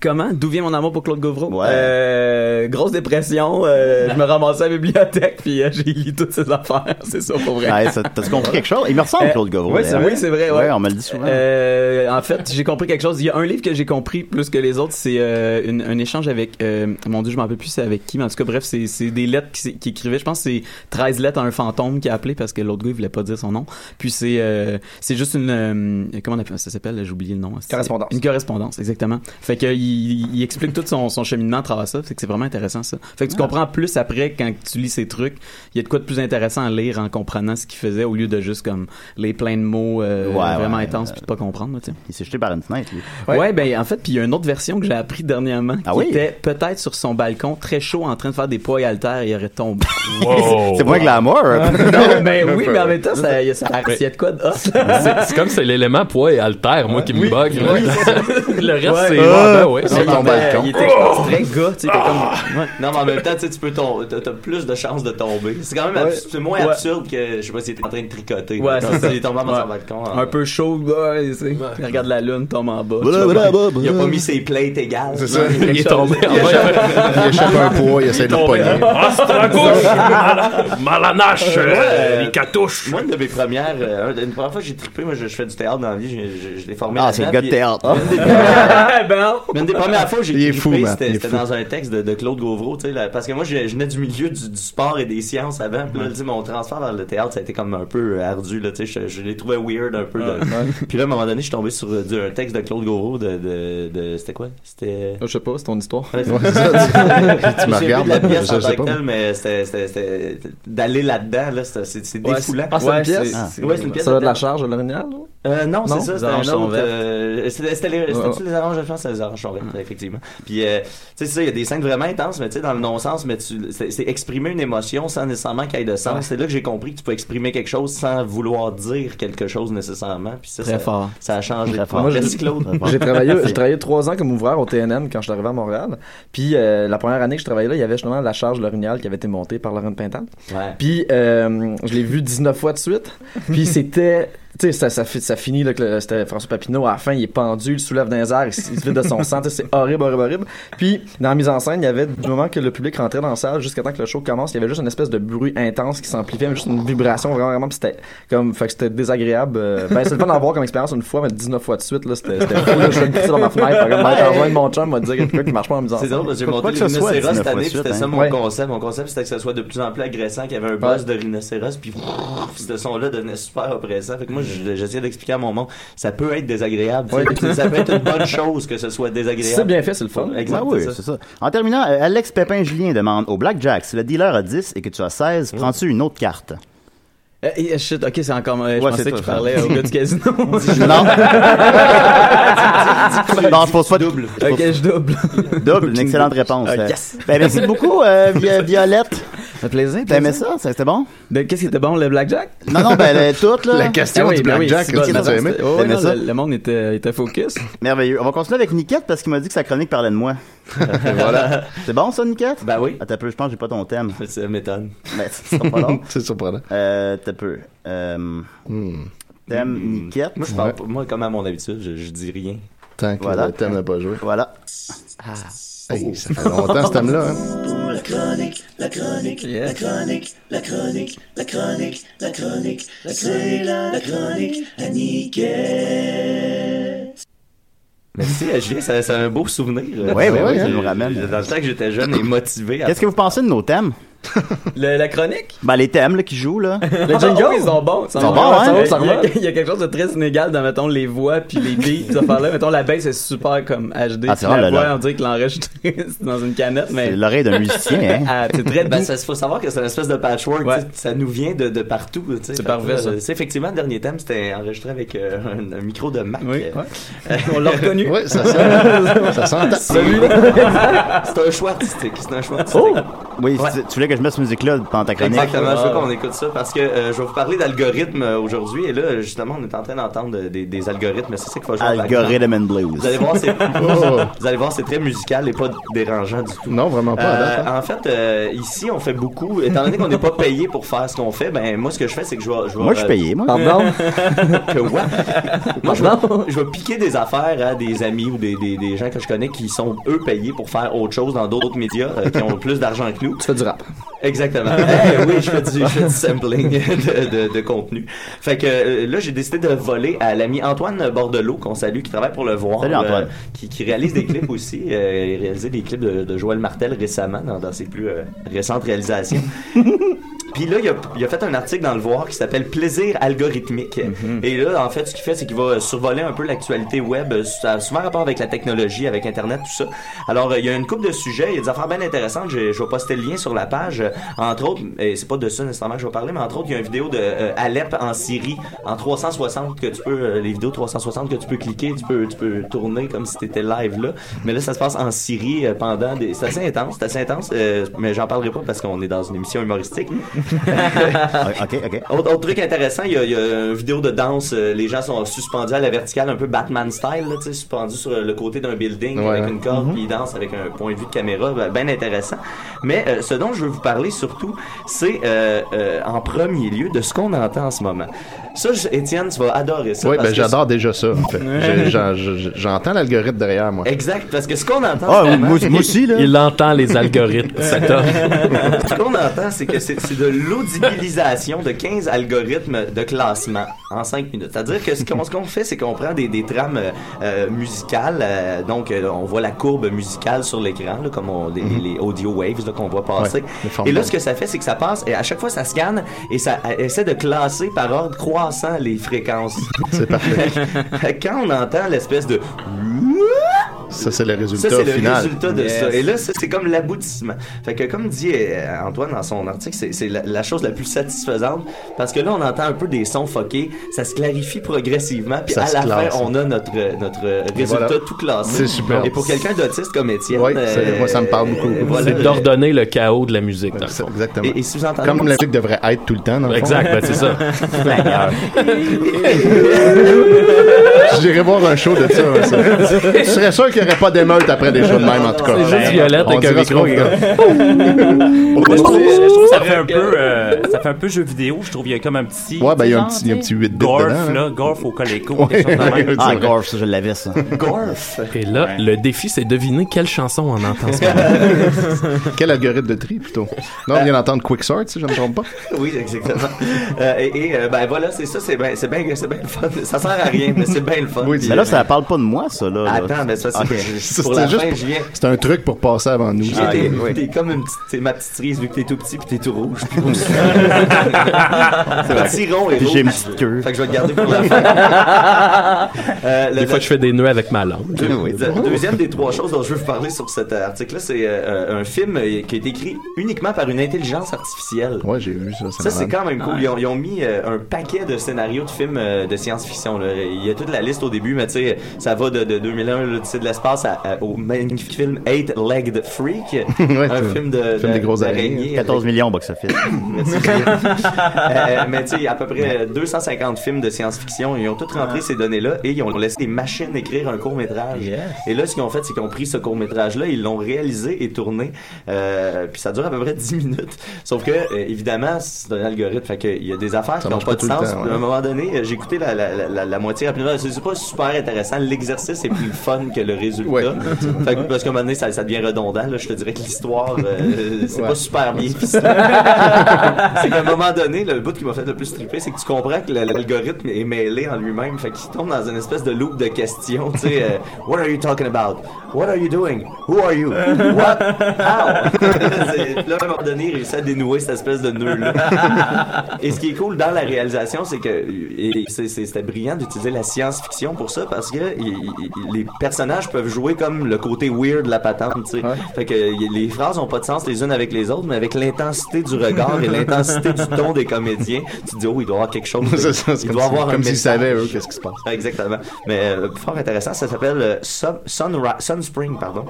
[SPEAKER 7] Comment? D'où vient mon amour pour Claude Gauvreau?
[SPEAKER 1] Ouais.
[SPEAKER 7] Euh, grosse dépression. euh, je me ramassais à la bibliothèque, puis euh, j'ai lu toutes ses affaires. C'est ça, pour vrai.
[SPEAKER 1] Ouais, ça- T'as-tu compris quelque chose Il me ressemble,
[SPEAKER 7] Euh,
[SPEAKER 1] Claude Govreau.
[SPEAKER 7] oui, c'est
[SPEAKER 2] hein?
[SPEAKER 1] d'ailleurs.
[SPEAKER 7] oui, c'est vrai, ouais.
[SPEAKER 1] on me le dit souvent.
[SPEAKER 7] Euh, en fait, j'ai compris quelque chose. Il y a un livre que j'ai compris plus que les autres, c'est euh, une- un échange avec euh, mon dieu, je m'en rappelle plus c'est avec qui, mais en tout cas bref, c'est c'est des lettres qui, s'é- qui écrivait, je pense que c'est 13 lettres à un fantôme qui a appelé parce que l'autre gars il voulait pas dire son nom. Puis c'est euh, c'est juste une euh, comment on appelle ça s'appelle, j'ai oublié le nom. C'est-
[SPEAKER 9] Correspondance.
[SPEAKER 7] Une correspondance, exactement. Fait que il, il explique tout son, son cheminement à travers ça, fait que c'est vraiment intéressant ça. Fait que
[SPEAKER 1] Ah.
[SPEAKER 7] tu comprends plus après quand tu lis ces trucs, il y a de quoi de plus intéressant à lire en comprenant ce qu'il faisait au lieu de juste comme les plein de mots euh,
[SPEAKER 1] Ouais,
[SPEAKER 7] vraiment
[SPEAKER 1] ouais,
[SPEAKER 7] intenses puis de pas comprendre, là, tu sais.
[SPEAKER 1] Il s'est jeté par une fenêtre, lui.
[SPEAKER 7] Ouais. ben en fait, puis il y a une autre version que j'ai appris dernièrement qui
[SPEAKER 1] Ah oui?
[SPEAKER 7] était peut-être sur son balcon, très chaud, en train de faire des poids et haltères, et il aurait tombé.
[SPEAKER 4] Wow.
[SPEAKER 1] C'est moins glamour.
[SPEAKER 7] Oh. non, ben oui, mais en même temps, ça, il y a, ça, il y a de quoi de hot, là.
[SPEAKER 4] C'est comme c'est l'élément poids et alter moi qui me bug. là. le reste c'est
[SPEAKER 3] là.
[SPEAKER 1] Ah,
[SPEAKER 7] Ouais.
[SPEAKER 4] Ben oui,
[SPEAKER 3] sur
[SPEAKER 4] c'est
[SPEAKER 3] ton
[SPEAKER 1] hein.
[SPEAKER 3] balcon.
[SPEAKER 7] Il était très gars, tu sais, t'es comme. Ouais.
[SPEAKER 2] Non, mais en même temps, tu sais, tu peux tomber. T'as t'as plus de chances de tomber. C'est quand même abs-
[SPEAKER 7] Ouais.
[SPEAKER 2] c'est moins
[SPEAKER 7] Ouais.
[SPEAKER 2] absurde que, je sais pas, s'il était en train de tricoter.
[SPEAKER 7] Ouais, c'est ça.
[SPEAKER 2] Il est tombé dans son
[SPEAKER 7] Ouais.
[SPEAKER 2] balcon. hein.
[SPEAKER 7] Un peu chaud, gars, tu sais. Il Regarde la lune, tombe en bas.
[SPEAKER 1] Voilà,
[SPEAKER 7] tu vois.
[SPEAKER 1] voilà, bah, bah.
[SPEAKER 2] Il a pas mis ses plates égales.
[SPEAKER 3] C'est ça.
[SPEAKER 4] Il est tombé en bas.
[SPEAKER 3] Il échappe un poids, il essaie de le pogner.
[SPEAKER 4] Ah, c'est la gauche! Malanache! euh, Les catouches!
[SPEAKER 2] Moi, une de mes premières. euh, une première fois que j'ai trippé, moi, je, je fais du théâtre dans la vie. Je, je, je l'ai formé.
[SPEAKER 1] Ah, c'est le
[SPEAKER 2] là-dedans,
[SPEAKER 1] gars de
[SPEAKER 2] puis-
[SPEAKER 1] théâtre.
[SPEAKER 2] Mais une des premières fois où j'ai
[SPEAKER 3] Il est fou,
[SPEAKER 2] trippé,
[SPEAKER 3] Matt,
[SPEAKER 2] c'était
[SPEAKER 3] il est
[SPEAKER 2] c'était
[SPEAKER 3] fou.
[SPEAKER 2] dans un texte de, de Claude Gauvreau, tu sais, là, parce que moi, je, je venais du milieu du, du sport et des sciences avant, puis là, tu sais, mon transfert vers le théâtre, ça a été comme un peu euh, ardu, là, tu sais, je, je l'ai trouvé weird un peu. là. Puis là, à un moment donné, je suis tombé sur euh, du- un texte de Claude Gauvreau de, de, de- c'était quoi? C'était...
[SPEAKER 9] Je sais pas, c'est ton histoire.
[SPEAKER 3] Ouais, c'est ça. Tu me
[SPEAKER 2] J'ai vu
[SPEAKER 3] regardes,
[SPEAKER 2] de la pièce
[SPEAKER 3] je
[SPEAKER 2] en
[SPEAKER 3] sais
[SPEAKER 2] tant
[SPEAKER 3] pas.
[SPEAKER 2] que telle, mais c'était, c'était, c'était- d'aller là-dedans, là, c'était- c'est, c'est
[SPEAKER 7] Ouais,
[SPEAKER 2] défoulant.
[SPEAKER 7] c'est- ouais, c'est-
[SPEAKER 2] Ah.
[SPEAKER 7] c'est-
[SPEAKER 2] Ouais, c'est une pièce
[SPEAKER 9] Ça a de la
[SPEAKER 2] théâtre.
[SPEAKER 9] charge, l'orignal, là?
[SPEAKER 2] Euh, non,
[SPEAKER 9] Non,
[SPEAKER 2] c'est ça,
[SPEAKER 9] les
[SPEAKER 2] c'était un
[SPEAKER 9] oranges sont
[SPEAKER 2] autre.
[SPEAKER 9] vertes.
[SPEAKER 2] euh, c'était c'était les,
[SPEAKER 9] Ouais,
[SPEAKER 2] c'était-tu
[SPEAKER 9] ouais.
[SPEAKER 2] les oranges, je pense, que c'était les oranges sont vertes, effectivement. Puis, euh, tu sais, c'est ça, il y a des scènes vraiment intenses, mais tu sais, dans le non-sens, mais tu, c'est c'est exprimer une émotion sans nécessairement qu'il y ait de sens. C'est là que j'ai compris que tu peux exprimer quelque chose sans vouloir dire quelque chose nécessairement. Puis ça,
[SPEAKER 7] Très
[SPEAKER 2] ça,
[SPEAKER 7] fort.
[SPEAKER 2] ça a changé.
[SPEAKER 1] Très fort.
[SPEAKER 2] Moi,
[SPEAKER 9] Moi,
[SPEAKER 2] Merci,
[SPEAKER 9] je-
[SPEAKER 2] Claude.
[SPEAKER 9] J'ai travaillé, j'ai travaillé trois ans comme ouvreur au TNM quand je suis arrivé à Montréal. Puis euh, la première année que je travaillais là, il y avait justement la charge l'orignal qui avait été montée par Laurent Pintan.
[SPEAKER 2] Ouais.
[SPEAKER 9] Puis euh, je l'ai vu 19 fois de suite. Puis c'était. Tu sais, ça, ça, fi- ça finit, là, que le- Euh, c'était François Papineau, à la fin, il est pendu, il soulève dans les airs, il, s- il se vide de son sang, tu sais, c'est horrible, horrible, horrible. Puis, dans la mise en scène, il y avait, du moment que le public rentrait dans la salle jusqu'à temps que le show commence, il y avait juste une espèce de bruit intense qui s'amplifiait, mais juste une vibration vraiment, vraiment, puis c'était comme, fait que c'était désagréable. euh, ben, c'est le fun d'en voir comme expérience une fois, mais 19 fois de suite, là, c'était c'était fou, là, je suis pissé dans ma fenêtre, par exemple, en loin de mon chum, m'a dit quelque chose qui marche pas en mise en
[SPEAKER 2] C'est
[SPEAKER 9] scène.
[SPEAKER 2] drôle parce que j'ai
[SPEAKER 1] Faut
[SPEAKER 2] monté
[SPEAKER 1] pas
[SPEAKER 2] le
[SPEAKER 1] que ce soit
[SPEAKER 2] rhinocéros
[SPEAKER 1] 19
[SPEAKER 2] cette
[SPEAKER 1] fois
[SPEAKER 2] année,
[SPEAKER 1] de
[SPEAKER 2] puis c'était
[SPEAKER 1] suite,
[SPEAKER 2] ça
[SPEAKER 1] hein.
[SPEAKER 2] mon
[SPEAKER 9] Ouais.
[SPEAKER 2] concept. Mon concept, c'était que ça soit de plus en plus agressant, qu'il y avait un buzz de rhinocéros, puis pff, ce son-là devenait super oppressant. Fait que moi, je- j'essayais d'expliquer à mon monde, ça peut être désagréable. tu sais. Ça peut être une bonne chose que ce soit désagréable.
[SPEAKER 9] Si c'est bien fait, c'est le fun.
[SPEAKER 1] Ah
[SPEAKER 2] Exact,
[SPEAKER 1] oui,
[SPEAKER 2] c'est ça.
[SPEAKER 1] c'est ça. En terminant, euh, Alex Pépin-Julien demande au Blackjack, si le dealer a 10 et que tu as 16,
[SPEAKER 7] Mm.
[SPEAKER 1] prends-tu une autre carte?
[SPEAKER 7] Euh, et, euh, shit, ok, c'est encore. euh, je
[SPEAKER 1] Ouais, c'est
[SPEAKER 7] pensais que
[SPEAKER 1] toi,
[SPEAKER 7] tu parlais au gars du casino.
[SPEAKER 1] Non. non, je pose pas de double.
[SPEAKER 7] ok, je double.
[SPEAKER 1] Double, une excellente réponse.
[SPEAKER 7] Ah,
[SPEAKER 1] Euh,
[SPEAKER 7] yes.
[SPEAKER 1] ben, merci beaucoup, euh, Vi- Violette.
[SPEAKER 7] Ça fait plaisir.
[SPEAKER 1] T'aimais
[SPEAKER 7] plaisir.
[SPEAKER 1] ça? Ça, C'était bon?
[SPEAKER 7] De- Qu'est-ce qui était bon, le blackjack?
[SPEAKER 1] Non, non, ben, euh, toutes, là.
[SPEAKER 3] La question
[SPEAKER 7] Ah oui,
[SPEAKER 3] du
[SPEAKER 7] ben oui,
[SPEAKER 3] blackjack,
[SPEAKER 7] c'est
[SPEAKER 3] est-ce
[SPEAKER 7] bon,
[SPEAKER 3] que tu as
[SPEAKER 7] c'était-
[SPEAKER 3] aimé?
[SPEAKER 7] oh, ouais,
[SPEAKER 1] T'aimais
[SPEAKER 7] non,
[SPEAKER 1] ça?
[SPEAKER 7] le, le monde était, était focus.
[SPEAKER 1] Merveilleux. On va continuer avec Niquette parce qu'il m'a dit que sa chronique parlait de moi. voilà. C'est bon, ça, Niquette?
[SPEAKER 2] Ben oui.
[SPEAKER 1] Attends un peu, je pense que j'ai pas ton thème.
[SPEAKER 2] Ça m'étonne.
[SPEAKER 1] Mais ça sera pas long.
[SPEAKER 3] C'est surprenant.
[SPEAKER 1] Euh, Attends un peu. Euh,
[SPEAKER 3] Hmm.
[SPEAKER 1] thème Niquette.
[SPEAKER 2] Moi, je parle pas- moi, comme à mon habitude, je, je dis rien.
[SPEAKER 3] Tant que
[SPEAKER 1] Voilà.
[SPEAKER 3] le thème n'a pas joué.
[SPEAKER 1] Voilà.
[SPEAKER 9] Oh.
[SPEAKER 3] Hey, ça fait longtemps ce thème-là. Hein.
[SPEAKER 2] Merci, euh, Julien, ça- c'est un beau souvenir.
[SPEAKER 1] Ouais, ouais, ouais,
[SPEAKER 2] Je-
[SPEAKER 1] Euh, ça nous ramène. euh.
[SPEAKER 2] Dans le temps que j'étais jeune et motivé. à-
[SPEAKER 1] Qu'est-ce que vous pensez de nos thèmes?
[SPEAKER 7] Le- la chronique?
[SPEAKER 1] Ben, les thèmes, là, qui jouent, là.
[SPEAKER 2] Ah,
[SPEAKER 7] Le jingle? ils sont bons. Ils sont
[SPEAKER 1] sont
[SPEAKER 7] bons,
[SPEAKER 1] bons, hein?
[SPEAKER 7] ils sont bons. Il y a- Il y a quelque chose de très inégal dans, mettons, les voix puis les beats, ces affaires-là. Mettons, la bass est super comme HD.
[SPEAKER 1] Ah, c'est
[SPEAKER 7] Puis
[SPEAKER 1] vrai,
[SPEAKER 7] la
[SPEAKER 1] là,
[SPEAKER 7] voix,
[SPEAKER 1] là.
[SPEAKER 7] on dirait que l'enregistré dans une canette,
[SPEAKER 1] C'est
[SPEAKER 7] mais
[SPEAKER 1] l'oreille d'un musicien, hein.
[SPEAKER 7] Ah, c'est très
[SPEAKER 2] Ben,
[SPEAKER 7] doux.
[SPEAKER 2] ça, faut savoir que c'est une espèce de patchwork.
[SPEAKER 7] Ouais.
[SPEAKER 2] tu sais, Ça nous vient de, de partout. tu sais.
[SPEAKER 7] C'est parfait, ça.
[SPEAKER 2] Euh, C'est effectivement le dernier thème, c'était enregistré avec euh, un, un micro de Mac.
[SPEAKER 7] Oui,
[SPEAKER 2] Euh,
[SPEAKER 7] ouais. on l'a reconnu.
[SPEAKER 3] Oui, ça sent. ça sent.
[SPEAKER 2] C'est un choix artistique. C'est un choix artistique.
[SPEAKER 1] Oui,
[SPEAKER 2] Ouais.
[SPEAKER 1] tu- tu voulais que je mette cette musique-là pendant ta chronique.
[SPEAKER 2] Exactement, je veux qu'on écoute ça parce que euh, je vais vous parler d'algorithmes euh, aujourd'hui et là justement on est en train d'entendre euh, des, des algorithmes, mais c'est ça qu'il faut jouer. en background.
[SPEAKER 1] Algorithm and Blues.
[SPEAKER 2] Vous allez voir, c'est
[SPEAKER 3] Oh.
[SPEAKER 2] vous allez voir, c'est très musical et pas dérangeant du tout.
[SPEAKER 3] Non, vraiment pas. à
[SPEAKER 2] Euh,
[SPEAKER 3] date, hein.
[SPEAKER 2] en fait, euh, ici, on fait beaucoup. Étant donné qu'on n'est pas payé pour faire ce qu'on fait, ben moi, ce que je fais, c'est que je vais, je vais,
[SPEAKER 1] Moi, je suis
[SPEAKER 2] euh,
[SPEAKER 1] payé, moi.
[SPEAKER 9] Pardon?
[SPEAKER 2] que ouais. Moi, je vais, je vais piquer des affaires à des amis ou des, des, des gens que je connais qui sont, eux, payés pour faire autre chose dans d'autres médias, euh, qui ont plus d'argent que nous.
[SPEAKER 9] Tu fais du rap.
[SPEAKER 2] Exactement. Eh oui, je fais du, je fais du sampling de, de, de contenu. Fait que euh, là, j'ai décidé de voler à l'ami Antoine Bordelot, qu'on salue, qui travaille pour Le Voir. euh,
[SPEAKER 1] Salut, Antoine.
[SPEAKER 2] qui, qui réalise des clips aussi. Euh, il a réalisé des clips de, de Joël Martel récemment, dans, dans ses plus euh, récentes réalisations. Puis là, il a, il a fait un article dans le Voir qui s'appelle Plaisir algorithmique. Et là, en fait, ce qu'il fait, c'est qu'il va survoler un peu l'actualité web. euh, Ça a souvent rapport avec la technologie, avec Internet, tout ça. Alors, euh, il y a une couple de sujets, il y a des affaires bien intéressantes. Je, je vais poster le lien sur la page. Euh, Entre autres, et c'est pas de ça nécessairement que je vais parler, mais entre autres, il y a une vidéo de euh, Alep en Syrie en 360 que tu peux, euh, les vidéos 360 que tu peux cliquer, tu peux, tu peux tourner comme si t'étais live là. Mais là, ça se passe en Syrie euh, pendant des. C'est assez intense, c'est assez intense, euh, mais j'en parlerai pas parce qu'on est dans une émission humoristique.
[SPEAKER 1] Ah, OK, OK.
[SPEAKER 2] Autre, autre truc intéressant, il y, a, il y a une vidéo de danse. euh, Les gens sont suspendus à la verticale, un peu Batman style, là, tu sais, suspendus sur euh, le côté d'un building
[SPEAKER 3] Ouais.
[SPEAKER 2] avec une corde, puis ils dansent avec un point de vue de caméra, bien intéressant. Mais euh, ce dont je veux vous parler surtout, c'est euh, euh, en premier lieu de ce qu'on entend en ce moment. Ça, je- Étienne, tu vas adorer ça.
[SPEAKER 3] Oui,
[SPEAKER 2] parce
[SPEAKER 3] ben
[SPEAKER 2] que-
[SPEAKER 3] j'adore déjà ça. en fait. J'ai- j'en- je- J'entends l'algorithme derrière moi.
[SPEAKER 2] Exact, parce que ce qu'on entend.
[SPEAKER 1] Ah,
[SPEAKER 2] en ce
[SPEAKER 1] moi,
[SPEAKER 2] moment-
[SPEAKER 1] moi aussi, là.
[SPEAKER 4] Il entend les algorithmes, cet homme.
[SPEAKER 2] Ce qu'on entend, c'est que c'est c'est de l'audibilisation de 15 algorithmes de classement en 5 minutes. C'est-à-dire que ce qu'on ce qu'on fait, c'est qu'on prend des, des trames euh, euh, musicales. euh, donc, euh, on voit la courbe musicale sur l'écran, là, comme on- les, les audio waves là, qu'on voit passer.
[SPEAKER 3] Ouais, les formes
[SPEAKER 2] et là,
[SPEAKER 3] d'ondes.
[SPEAKER 2] ce que ça fait, c'est que ça passe, et à chaque fois, ça scanne et ça euh, essaie de classer par ordre croissant les fréquences.
[SPEAKER 3] C'est parfait.
[SPEAKER 2] Quand on entend l'espèce de...
[SPEAKER 3] Ça, c'est le
[SPEAKER 2] Ça,
[SPEAKER 3] résultat
[SPEAKER 2] c'est le
[SPEAKER 3] final.
[SPEAKER 2] résultat de ça. Et là, ça, c'est comme l'aboutissement. Fait que, comme dit euh, Antoine dans son article, c'est, c'est la, la chose la plus satisfaisante parce que là, on entend un peu des sons foqués, ça se clarifie progressivement, puis
[SPEAKER 3] Ça
[SPEAKER 2] à
[SPEAKER 3] se
[SPEAKER 2] la
[SPEAKER 3] classe.
[SPEAKER 2] fin, on a notre, euh, notre résultat
[SPEAKER 3] voilà.
[SPEAKER 2] tout classé.
[SPEAKER 3] C'est super.
[SPEAKER 2] Et pour quelqu'un d'autiste comme Étienne, euh,
[SPEAKER 3] Oui, c'est- moi, ça me parle beaucoup.
[SPEAKER 9] euh,
[SPEAKER 2] voilà.
[SPEAKER 4] C'est d'ordonner le chaos de la musique, dans le fond.
[SPEAKER 3] Exactement.
[SPEAKER 2] Et, et si vous entendez
[SPEAKER 3] Comme la musique devrait être tout le temps, dans le fond.
[SPEAKER 4] Exact, ben, c'est ça.
[SPEAKER 3] J'irais voir un show de ça. ouais, ça. Je serais sûr qu'il n'y aurait pas d'émeute après des shows de même, en tout cas.
[SPEAKER 4] C'est juste Violette
[SPEAKER 3] On
[SPEAKER 4] avec un
[SPEAKER 3] dira ce
[SPEAKER 4] micro
[SPEAKER 3] qu'on
[SPEAKER 4] qui-
[SPEAKER 3] veut.
[SPEAKER 6] Je trouve, je trouve que ça fait un peu, euh, ça fait un peu jeu vidéo. Je trouve qu'il y a comme un petit.
[SPEAKER 3] Ouais, ben, il y a un
[SPEAKER 6] genre,
[SPEAKER 3] petit- il y a un petit 8 bits
[SPEAKER 6] Gorf,
[SPEAKER 3] dedans, hein.
[SPEAKER 6] là. Gorf au Coleco. quelque chose de même.
[SPEAKER 3] Ouais,
[SPEAKER 1] Ah, Gorf, ça, je l'avais, ça.
[SPEAKER 2] Gorf.
[SPEAKER 4] Et là, le défi, c'est deviner quelle chanson on entend. ce matin.
[SPEAKER 3] Quel algorithme de tri, plutôt. Non, on vient d'entendre Quicksort, si je ne me trompe pas.
[SPEAKER 2] Oui, exactement. Euh, et et, euh, ben voilà, c'est ça, c'est bien c'est ben, c'est ben le fun. Ça sert à rien, mais c'est bien le fun.
[SPEAKER 3] Oui,
[SPEAKER 2] Puis, euh,
[SPEAKER 1] Mais là, ça parle pas de moi, ça, là. là.
[SPEAKER 2] Attends, mais ça, c'est
[SPEAKER 1] Ok.
[SPEAKER 3] Ça,
[SPEAKER 2] c'est pour
[SPEAKER 3] c'était
[SPEAKER 2] la
[SPEAKER 3] juste
[SPEAKER 2] fin,
[SPEAKER 3] pour-
[SPEAKER 2] je viens.
[SPEAKER 3] C'est un truc pour passer avant nous.
[SPEAKER 2] Puis T'es t'es comme une petite, t'es ma petite cerise vu que t'es tout petit puis t'es tout rouge. Puis petit rond et
[SPEAKER 1] Puis
[SPEAKER 2] rouge.
[SPEAKER 1] j'ai une petite queue.
[SPEAKER 2] Fait que je vais le garder pour la fin. Euh, le-
[SPEAKER 4] Des fois, je fais des nœuds avec ma langue.
[SPEAKER 2] le- le- Deuxième des trois choses dont je veux vous parler sur cet article-là, c'est euh, un film euh, qui est écrit uniquement par une intelligence artificielle.
[SPEAKER 3] Ouais, j'ai vu ça.
[SPEAKER 2] Ça, c'est
[SPEAKER 3] malade.
[SPEAKER 2] quand même cool. Ils ont, ils ont mis euh, un paquet de scénarios de films euh, de science-fiction. là. Il y a toute la liste au début, mais tu sais, ça va de, de 2001, l'Odyssée de l'espace, à- à- au magnifique film Eight-Legged Freak,
[SPEAKER 3] Ouais,
[SPEAKER 2] un
[SPEAKER 3] c'est-
[SPEAKER 2] film de,
[SPEAKER 3] film
[SPEAKER 2] de-
[SPEAKER 3] des grosses araignées.
[SPEAKER 2] d'araignées.
[SPEAKER 1] 14 millions, box-office.
[SPEAKER 2] Merci. Euh, mais tu sais, il y a à peu près euh, 250 films de science-fiction. Ils ont tous
[SPEAKER 3] Ah.
[SPEAKER 2] rentré ces données-là et ils ont laissé des machines écrire un court-métrage. Et là, ce qu'ils ont fait, c'est qu'ils ont pris ce court-métrage-là, ils l'ont réalisé et tourné. Euh, puis ça dure à peu près 10 minutes. Sauf que, euh, évidemment, c'est un algorithme. Fait qu'il y a des affaires
[SPEAKER 3] Ça
[SPEAKER 2] qui n'ont
[SPEAKER 3] marche
[SPEAKER 2] pas
[SPEAKER 3] pas
[SPEAKER 2] de
[SPEAKER 3] tout le
[SPEAKER 2] sens.
[SPEAKER 3] temps,
[SPEAKER 2] Puis À un
[SPEAKER 3] ouais.
[SPEAKER 2] moment donné, euh, j'ai écouté la, la, la, la- la moitié rapidement. C'est c'est pas super intéressant. L'exercice est plus fun que le résultat.
[SPEAKER 3] Ouais.
[SPEAKER 2] Fait que, parce qu'à un moment donné, ça, ça devient redondant. Là, je te dirais que l'histoire, euh, c'est
[SPEAKER 3] Ouais.
[SPEAKER 2] pas super bien ficelé c'est qu'à un moment donné, le bout qui m'a fait le plus triper, c'est que tu comprends que le- l'algorithme est mêlé en lui-même. Fait qu'il tombe dans une espèce de loop de questions. Tu sais, euh, What are you talking about? What are you doing? Who are you? What? How? C'est- Puis là, à un moment donné, il réussit à dénouer cette espèce de nœud-là. Et ce qui est cool dans la réalisation, c'est que et c'est- c'est- c'était brillant d'utiliser la science-fiction pour ça parce que il- il- les personnages peuvent jouer comme le côté weird de la patente. tu sais. Fait que y- les phrases ont pas de sens les unes avec les autres, mais avec l'intensité du regard et l'intensité du ton des comédiens, tu te dis oh il doit y avoir quelque chose.
[SPEAKER 3] C'est ça, c'est
[SPEAKER 2] il
[SPEAKER 3] comme,
[SPEAKER 2] doit
[SPEAKER 3] si-
[SPEAKER 2] avoir un
[SPEAKER 3] comme s'ils
[SPEAKER 2] message.
[SPEAKER 3] savaient, eux, qu'est-ce qui se passe.
[SPEAKER 2] Exactement. Mais euh, fort intéressant, ça s'appelle euh, Sun, Sunra- Sunspring, pardon.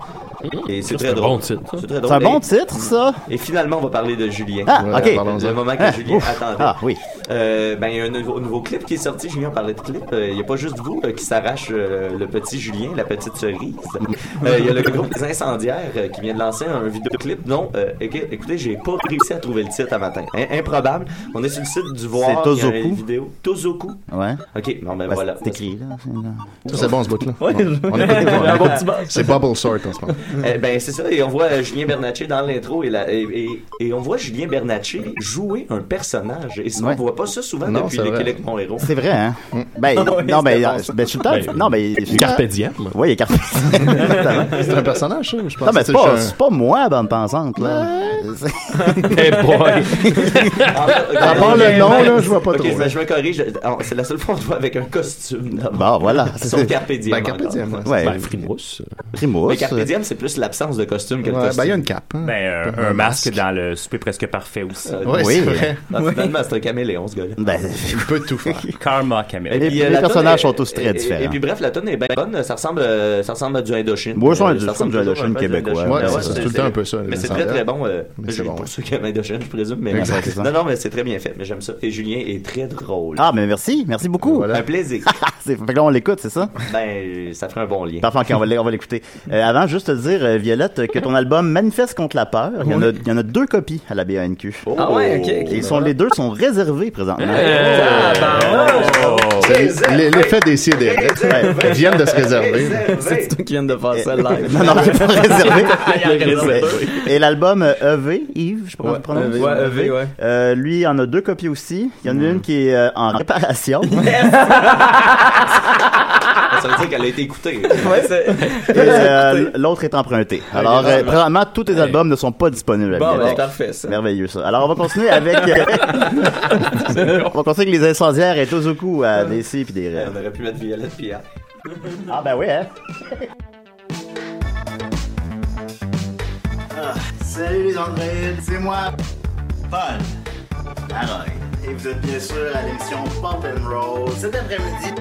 [SPEAKER 2] Et c'est
[SPEAKER 4] un
[SPEAKER 2] très drôle.
[SPEAKER 4] bon titre, Mmh. ça.
[SPEAKER 2] C'est très drôle.
[SPEAKER 1] C'est un bon
[SPEAKER 2] Et-
[SPEAKER 1] titre, ça?
[SPEAKER 2] Et finalement, on va parler de Julien.
[SPEAKER 1] Ah,
[SPEAKER 3] Ouais,
[SPEAKER 1] OK.
[SPEAKER 3] parlons-en.
[SPEAKER 2] Le moment que
[SPEAKER 1] Ah,
[SPEAKER 2] Julien
[SPEAKER 1] ouf.
[SPEAKER 2] attendait.
[SPEAKER 1] Ah, oui.
[SPEAKER 2] Euh, ben, il y a un nouveau, nouveau clip qui est sorti. Julien parlait de clip. Euh, Il n'y a pas juste vous euh, qui s'arrache euh, le petit Julien, la petite cerise. Euh, Il y a le groupe des incendiaires euh, qui vient de lancer un vidéoclip. Non, euh, éc- écoutez, j'ai pas réussi à trouver le titre à matin. Hein, improbable. On est sur le site du voir.
[SPEAKER 1] C'est
[SPEAKER 2] il y a
[SPEAKER 1] Tozoku.
[SPEAKER 2] une vidéo. Tozoku.
[SPEAKER 1] Ouais.
[SPEAKER 2] Ok, non, ben
[SPEAKER 1] Ben,
[SPEAKER 2] voilà.
[SPEAKER 1] C'est écrit, là. c'est-
[SPEAKER 3] Ça, c'est bon, ce bout-là. On- on écoute- C'est Bubble Sort en ce moment.
[SPEAKER 2] Eh ben c'est ça, et on voit euh, Julien Bernatchez dans l'intro et, la- et, et, et on voit Julien Bernatchez jouer un personnage. Et ça, on
[SPEAKER 1] Ouais.
[SPEAKER 2] voit pas ça souvent
[SPEAKER 3] Non,
[SPEAKER 2] depuis
[SPEAKER 3] c'est
[SPEAKER 2] le
[SPEAKER 3] vrai.
[SPEAKER 2] Québec mon héros.
[SPEAKER 1] C'est vrai, hein?
[SPEAKER 2] Mm.
[SPEAKER 1] Ben, non, ben, ben, je suis le temps. Non, ben, je suis
[SPEAKER 4] Carpe diem.
[SPEAKER 1] Oui, il est carpe.
[SPEAKER 3] C'est un personnage, ça, je pense.
[SPEAKER 1] Non, mais ben, c'est pas,
[SPEAKER 3] un-
[SPEAKER 1] c'est pas moi, bande pensante, là.
[SPEAKER 4] Hey Eh boy.
[SPEAKER 2] À
[SPEAKER 3] À part le nom, là, je vois pas
[SPEAKER 2] Ok,
[SPEAKER 3] trop.
[SPEAKER 2] ben, je me corrige. Ah, C'est la seule fois qu'on te voit avec un costume. d'abord.
[SPEAKER 1] Bon, voilà.
[SPEAKER 2] Sauf Carpe Diem.
[SPEAKER 3] Ben, Carpe
[SPEAKER 2] encore.
[SPEAKER 3] Diem, ouais.
[SPEAKER 1] Ouais,
[SPEAKER 4] Ben, frimousse.
[SPEAKER 1] Frimousse.
[SPEAKER 2] Mais Carpe Diem, c'est plus l'absence de costume que le
[SPEAKER 3] Ouais,
[SPEAKER 2] costume.
[SPEAKER 3] ben, il y a une cape. hein.
[SPEAKER 6] Ben, un, un masque dans le souper presque parfait aussi.
[SPEAKER 3] Euh, Ouais,
[SPEAKER 1] Oui.
[SPEAKER 3] c'est vrai.
[SPEAKER 2] Ah, finalement, c'est un caméléon, ce gars-là.
[SPEAKER 1] Ben,
[SPEAKER 3] Il peut tout faire.
[SPEAKER 6] Karma Camille.
[SPEAKER 1] les
[SPEAKER 2] euh, la
[SPEAKER 1] personnages
[SPEAKER 2] toune est-
[SPEAKER 1] sont tous très
[SPEAKER 2] et- et-
[SPEAKER 1] différents.
[SPEAKER 2] Et, puis bref, la tonne est bien bonne. Ça ressemble, euh, ça ressemble à du Indochine.
[SPEAKER 1] Moi, ça,
[SPEAKER 2] Euh,
[SPEAKER 1] on a dit-
[SPEAKER 2] ressemble
[SPEAKER 1] ça, on a dit
[SPEAKER 2] toujours un peu à du
[SPEAKER 1] Indochine québécois.
[SPEAKER 2] Indochine.
[SPEAKER 1] Ouais,
[SPEAKER 2] Ben
[SPEAKER 1] c'est
[SPEAKER 2] ouais,
[SPEAKER 1] ça,
[SPEAKER 3] c'est tout le temps un peu ça,
[SPEAKER 2] Mais
[SPEAKER 3] les
[SPEAKER 2] c'est très
[SPEAKER 3] salades.
[SPEAKER 2] très bon. euh,
[SPEAKER 3] Mais c'est
[SPEAKER 2] j'ai-
[SPEAKER 3] bon.
[SPEAKER 2] Pour ceux qui aiment Indochine, je présume. Mais
[SPEAKER 1] Exact, c'est ça.
[SPEAKER 2] non, non, mais c'est très bien fait. Mais j'aime ça. Et Julien est très drôle.
[SPEAKER 1] Ah, mais merci, merci beaucoup. Ah,
[SPEAKER 3] Voilà.
[SPEAKER 2] Un plaisir.
[SPEAKER 1] C'est- fait que là, on l'écoute, c'est ça?
[SPEAKER 2] ben, ça ferait un bon lien.
[SPEAKER 1] Parfait, ok, on va l'é- on va l'écouter. Euh, avant, juste te dire, euh, Violette, que ton album Manifeste contre la peur, il y, en a- il y en a deux copies à la BANQ.
[SPEAKER 2] Ah ouais, ok, ok.
[SPEAKER 1] Et ils sont, les deux sont réservés présentement.
[SPEAKER 4] Euh, Ah,
[SPEAKER 6] Oh.
[SPEAKER 3] C'est l'e- l'effet des sidérés. Ils viennent de se réserver.
[SPEAKER 7] C'est toi qui viens de faire ça live.
[SPEAKER 1] Euh, Non, non, c'est pas réservé.
[SPEAKER 7] Il en reste
[SPEAKER 1] Mais-
[SPEAKER 7] deux.
[SPEAKER 1] Et l'album euh, EV, Yves, je sais pas comment
[SPEAKER 7] Ouais,
[SPEAKER 1] tu prononces.
[SPEAKER 7] EV, ouais, EV, ouais.
[SPEAKER 1] Euh, lui, il en a deux copies aussi. Il y en a une qui est euh, en réparation.
[SPEAKER 2] Ça veut dire qu'elle a été écoutée.
[SPEAKER 1] Et euh, l'autre est empruntée. Alors, euh, présentement, tous tes albums ne sont pas disponibles à la
[SPEAKER 7] ben. Bon, ben,
[SPEAKER 1] bibliothèque.
[SPEAKER 7] c'est parfait, ça.
[SPEAKER 1] Merveilleux ça. Alors on va continuer avec euh, on va continuer avec les incendiaires et Tozuku à DC puis des
[SPEAKER 2] On
[SPEAKER 1] rêves.
[SPEAKER 2] aurait pu mettre Violette Pierre.
[SPEAKER 1] Ah ben oui hein. Ah, salut les androïdes, c'est moi Paul Harold et vous êtes bien sûr à l'émission Pop and Roll. Cet après-midi,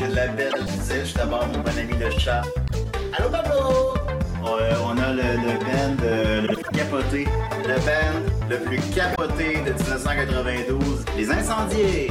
[SPEAKER 1] j'ai de la belle visite d'abord mon bon ami le chat. Allô Pablo Euh, On a le, le band euh, le plus capoté, le band le plus capoté de 1992, les incendiés.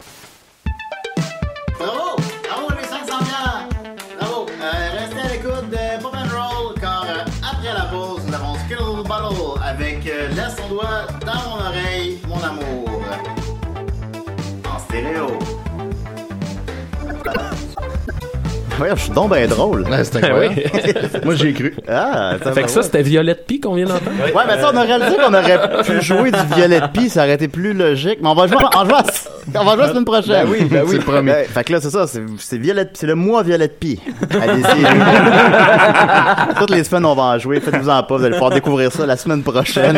[SPEAKER 10] Euh, place ton euh, doigt dans mon oreille, mon amour. En stéréo.
[SPEAKER 1] Ouais, je suis donc bien drôle.
[SPEAKER 3] Ouais, c'est
[SPEAKER 4] Ben
[SPEAKER 3] incroyable.
[SPEAKER 4] oui.
[SPEAKER 3] Moi, j'ai cru.
[SPEAKER 1] Ah,
[SPEAKER 4] fait que ça, c'était Violette P qu'on vient d'entendre.
[SPEAKER 1] Ouais, mais ça, on aurait dit qu'on aurait pu jouer du Violet Pie, ça aurait été plus logique. Mais on va jouer, on joue à- on va jouer la semaine prochaine. oui,
[SPEAKER 3] ben oui. C'est promis.
[SPEAKER 1] fait que là, c'est ça, c'est, c'est Violet, c'est le mois Violet Pie. Allez-y. Toutes les semaines, on va en jouer. Faites-vous-en pas, vous allez pouvoir découvrir ça la semaine prochaine.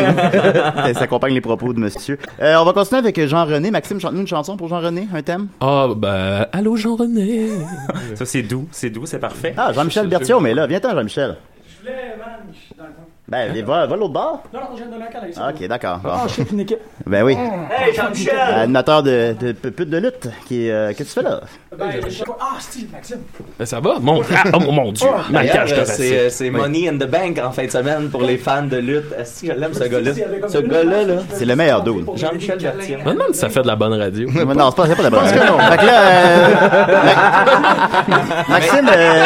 [SPEAKER 1] Et ça accompagne les propos de monsieur. Euh, on va continuer avec Jean-René. Maxime, chante-nous une chanson pour Jean-René, un thème.
[SPEAKER 4] Ah, ben, allô Jean-René.
[SPEAKER 6] Ça, c'est doux, c'est doux, c'est parfait.
[SPEAKER 1] Ah, Jean-Michel Berthiaud, mais là, viens-t'en, Jean-Michel.
[SPEAKER 8] Je voulais, man, je suis dans le coin.
[SPEAKER 1] Ben, allez, va, va l'autre bord.
[SPEAKER 8] Non, non, je viens de local avec ça.
[SPEAKER 1] Ok, d'accord. Bon.
[SPEAKER 8] Ah, je suis une équipe.
[SPEAKER 1] Ben oui.
[SPEAKER 8] Hey, Jean-Michel!
[SPEAKER 1] Animateur de, de pute de lutte. Qui, euh, qu'est-ce que tu fais là?
[SPEAKER 8] Ben, je- Ah, Steve, Maxime!
[SPEAKER 4] Ben, ça va? Mon, Ah, oh, mon Dieu. Ma
[SPEAKER 1] D'ailleurs,
[SPEAKER 4] cage de
[SPEAKER 1] euh,
[SPEAKER 4] racine.
[SPEAKER 1] c'est, c'est Money in the Bank en fin de semaine pour les fans de lutte. Est-ce que je l'aime ce gars-là?
[SPEAKER 8] S'il y avait comme
[SPEAKER 1] Ce
[SPEAKER 8] une
[SPEAKER 1] gars-là,
[SPEAKER 8] place,
[SPEAKER 1] là,
[SPEAKER 8] je
[SPEAKER 1] c'est Hein? le meilleur dude.
[SPEAKER 8] pour
[SPEAKER 1] Jean-Michel
[SPEAKER 8] Dominique
[SPEAKER 1] Berthier.
[SPEAKER 4] Je me demande si ça fait de la bonne radio.
[SPEAKER 1] Mais non, c'est pas, c'est pas de bonne. Fait que là, euh, Ma- Maxime, euh,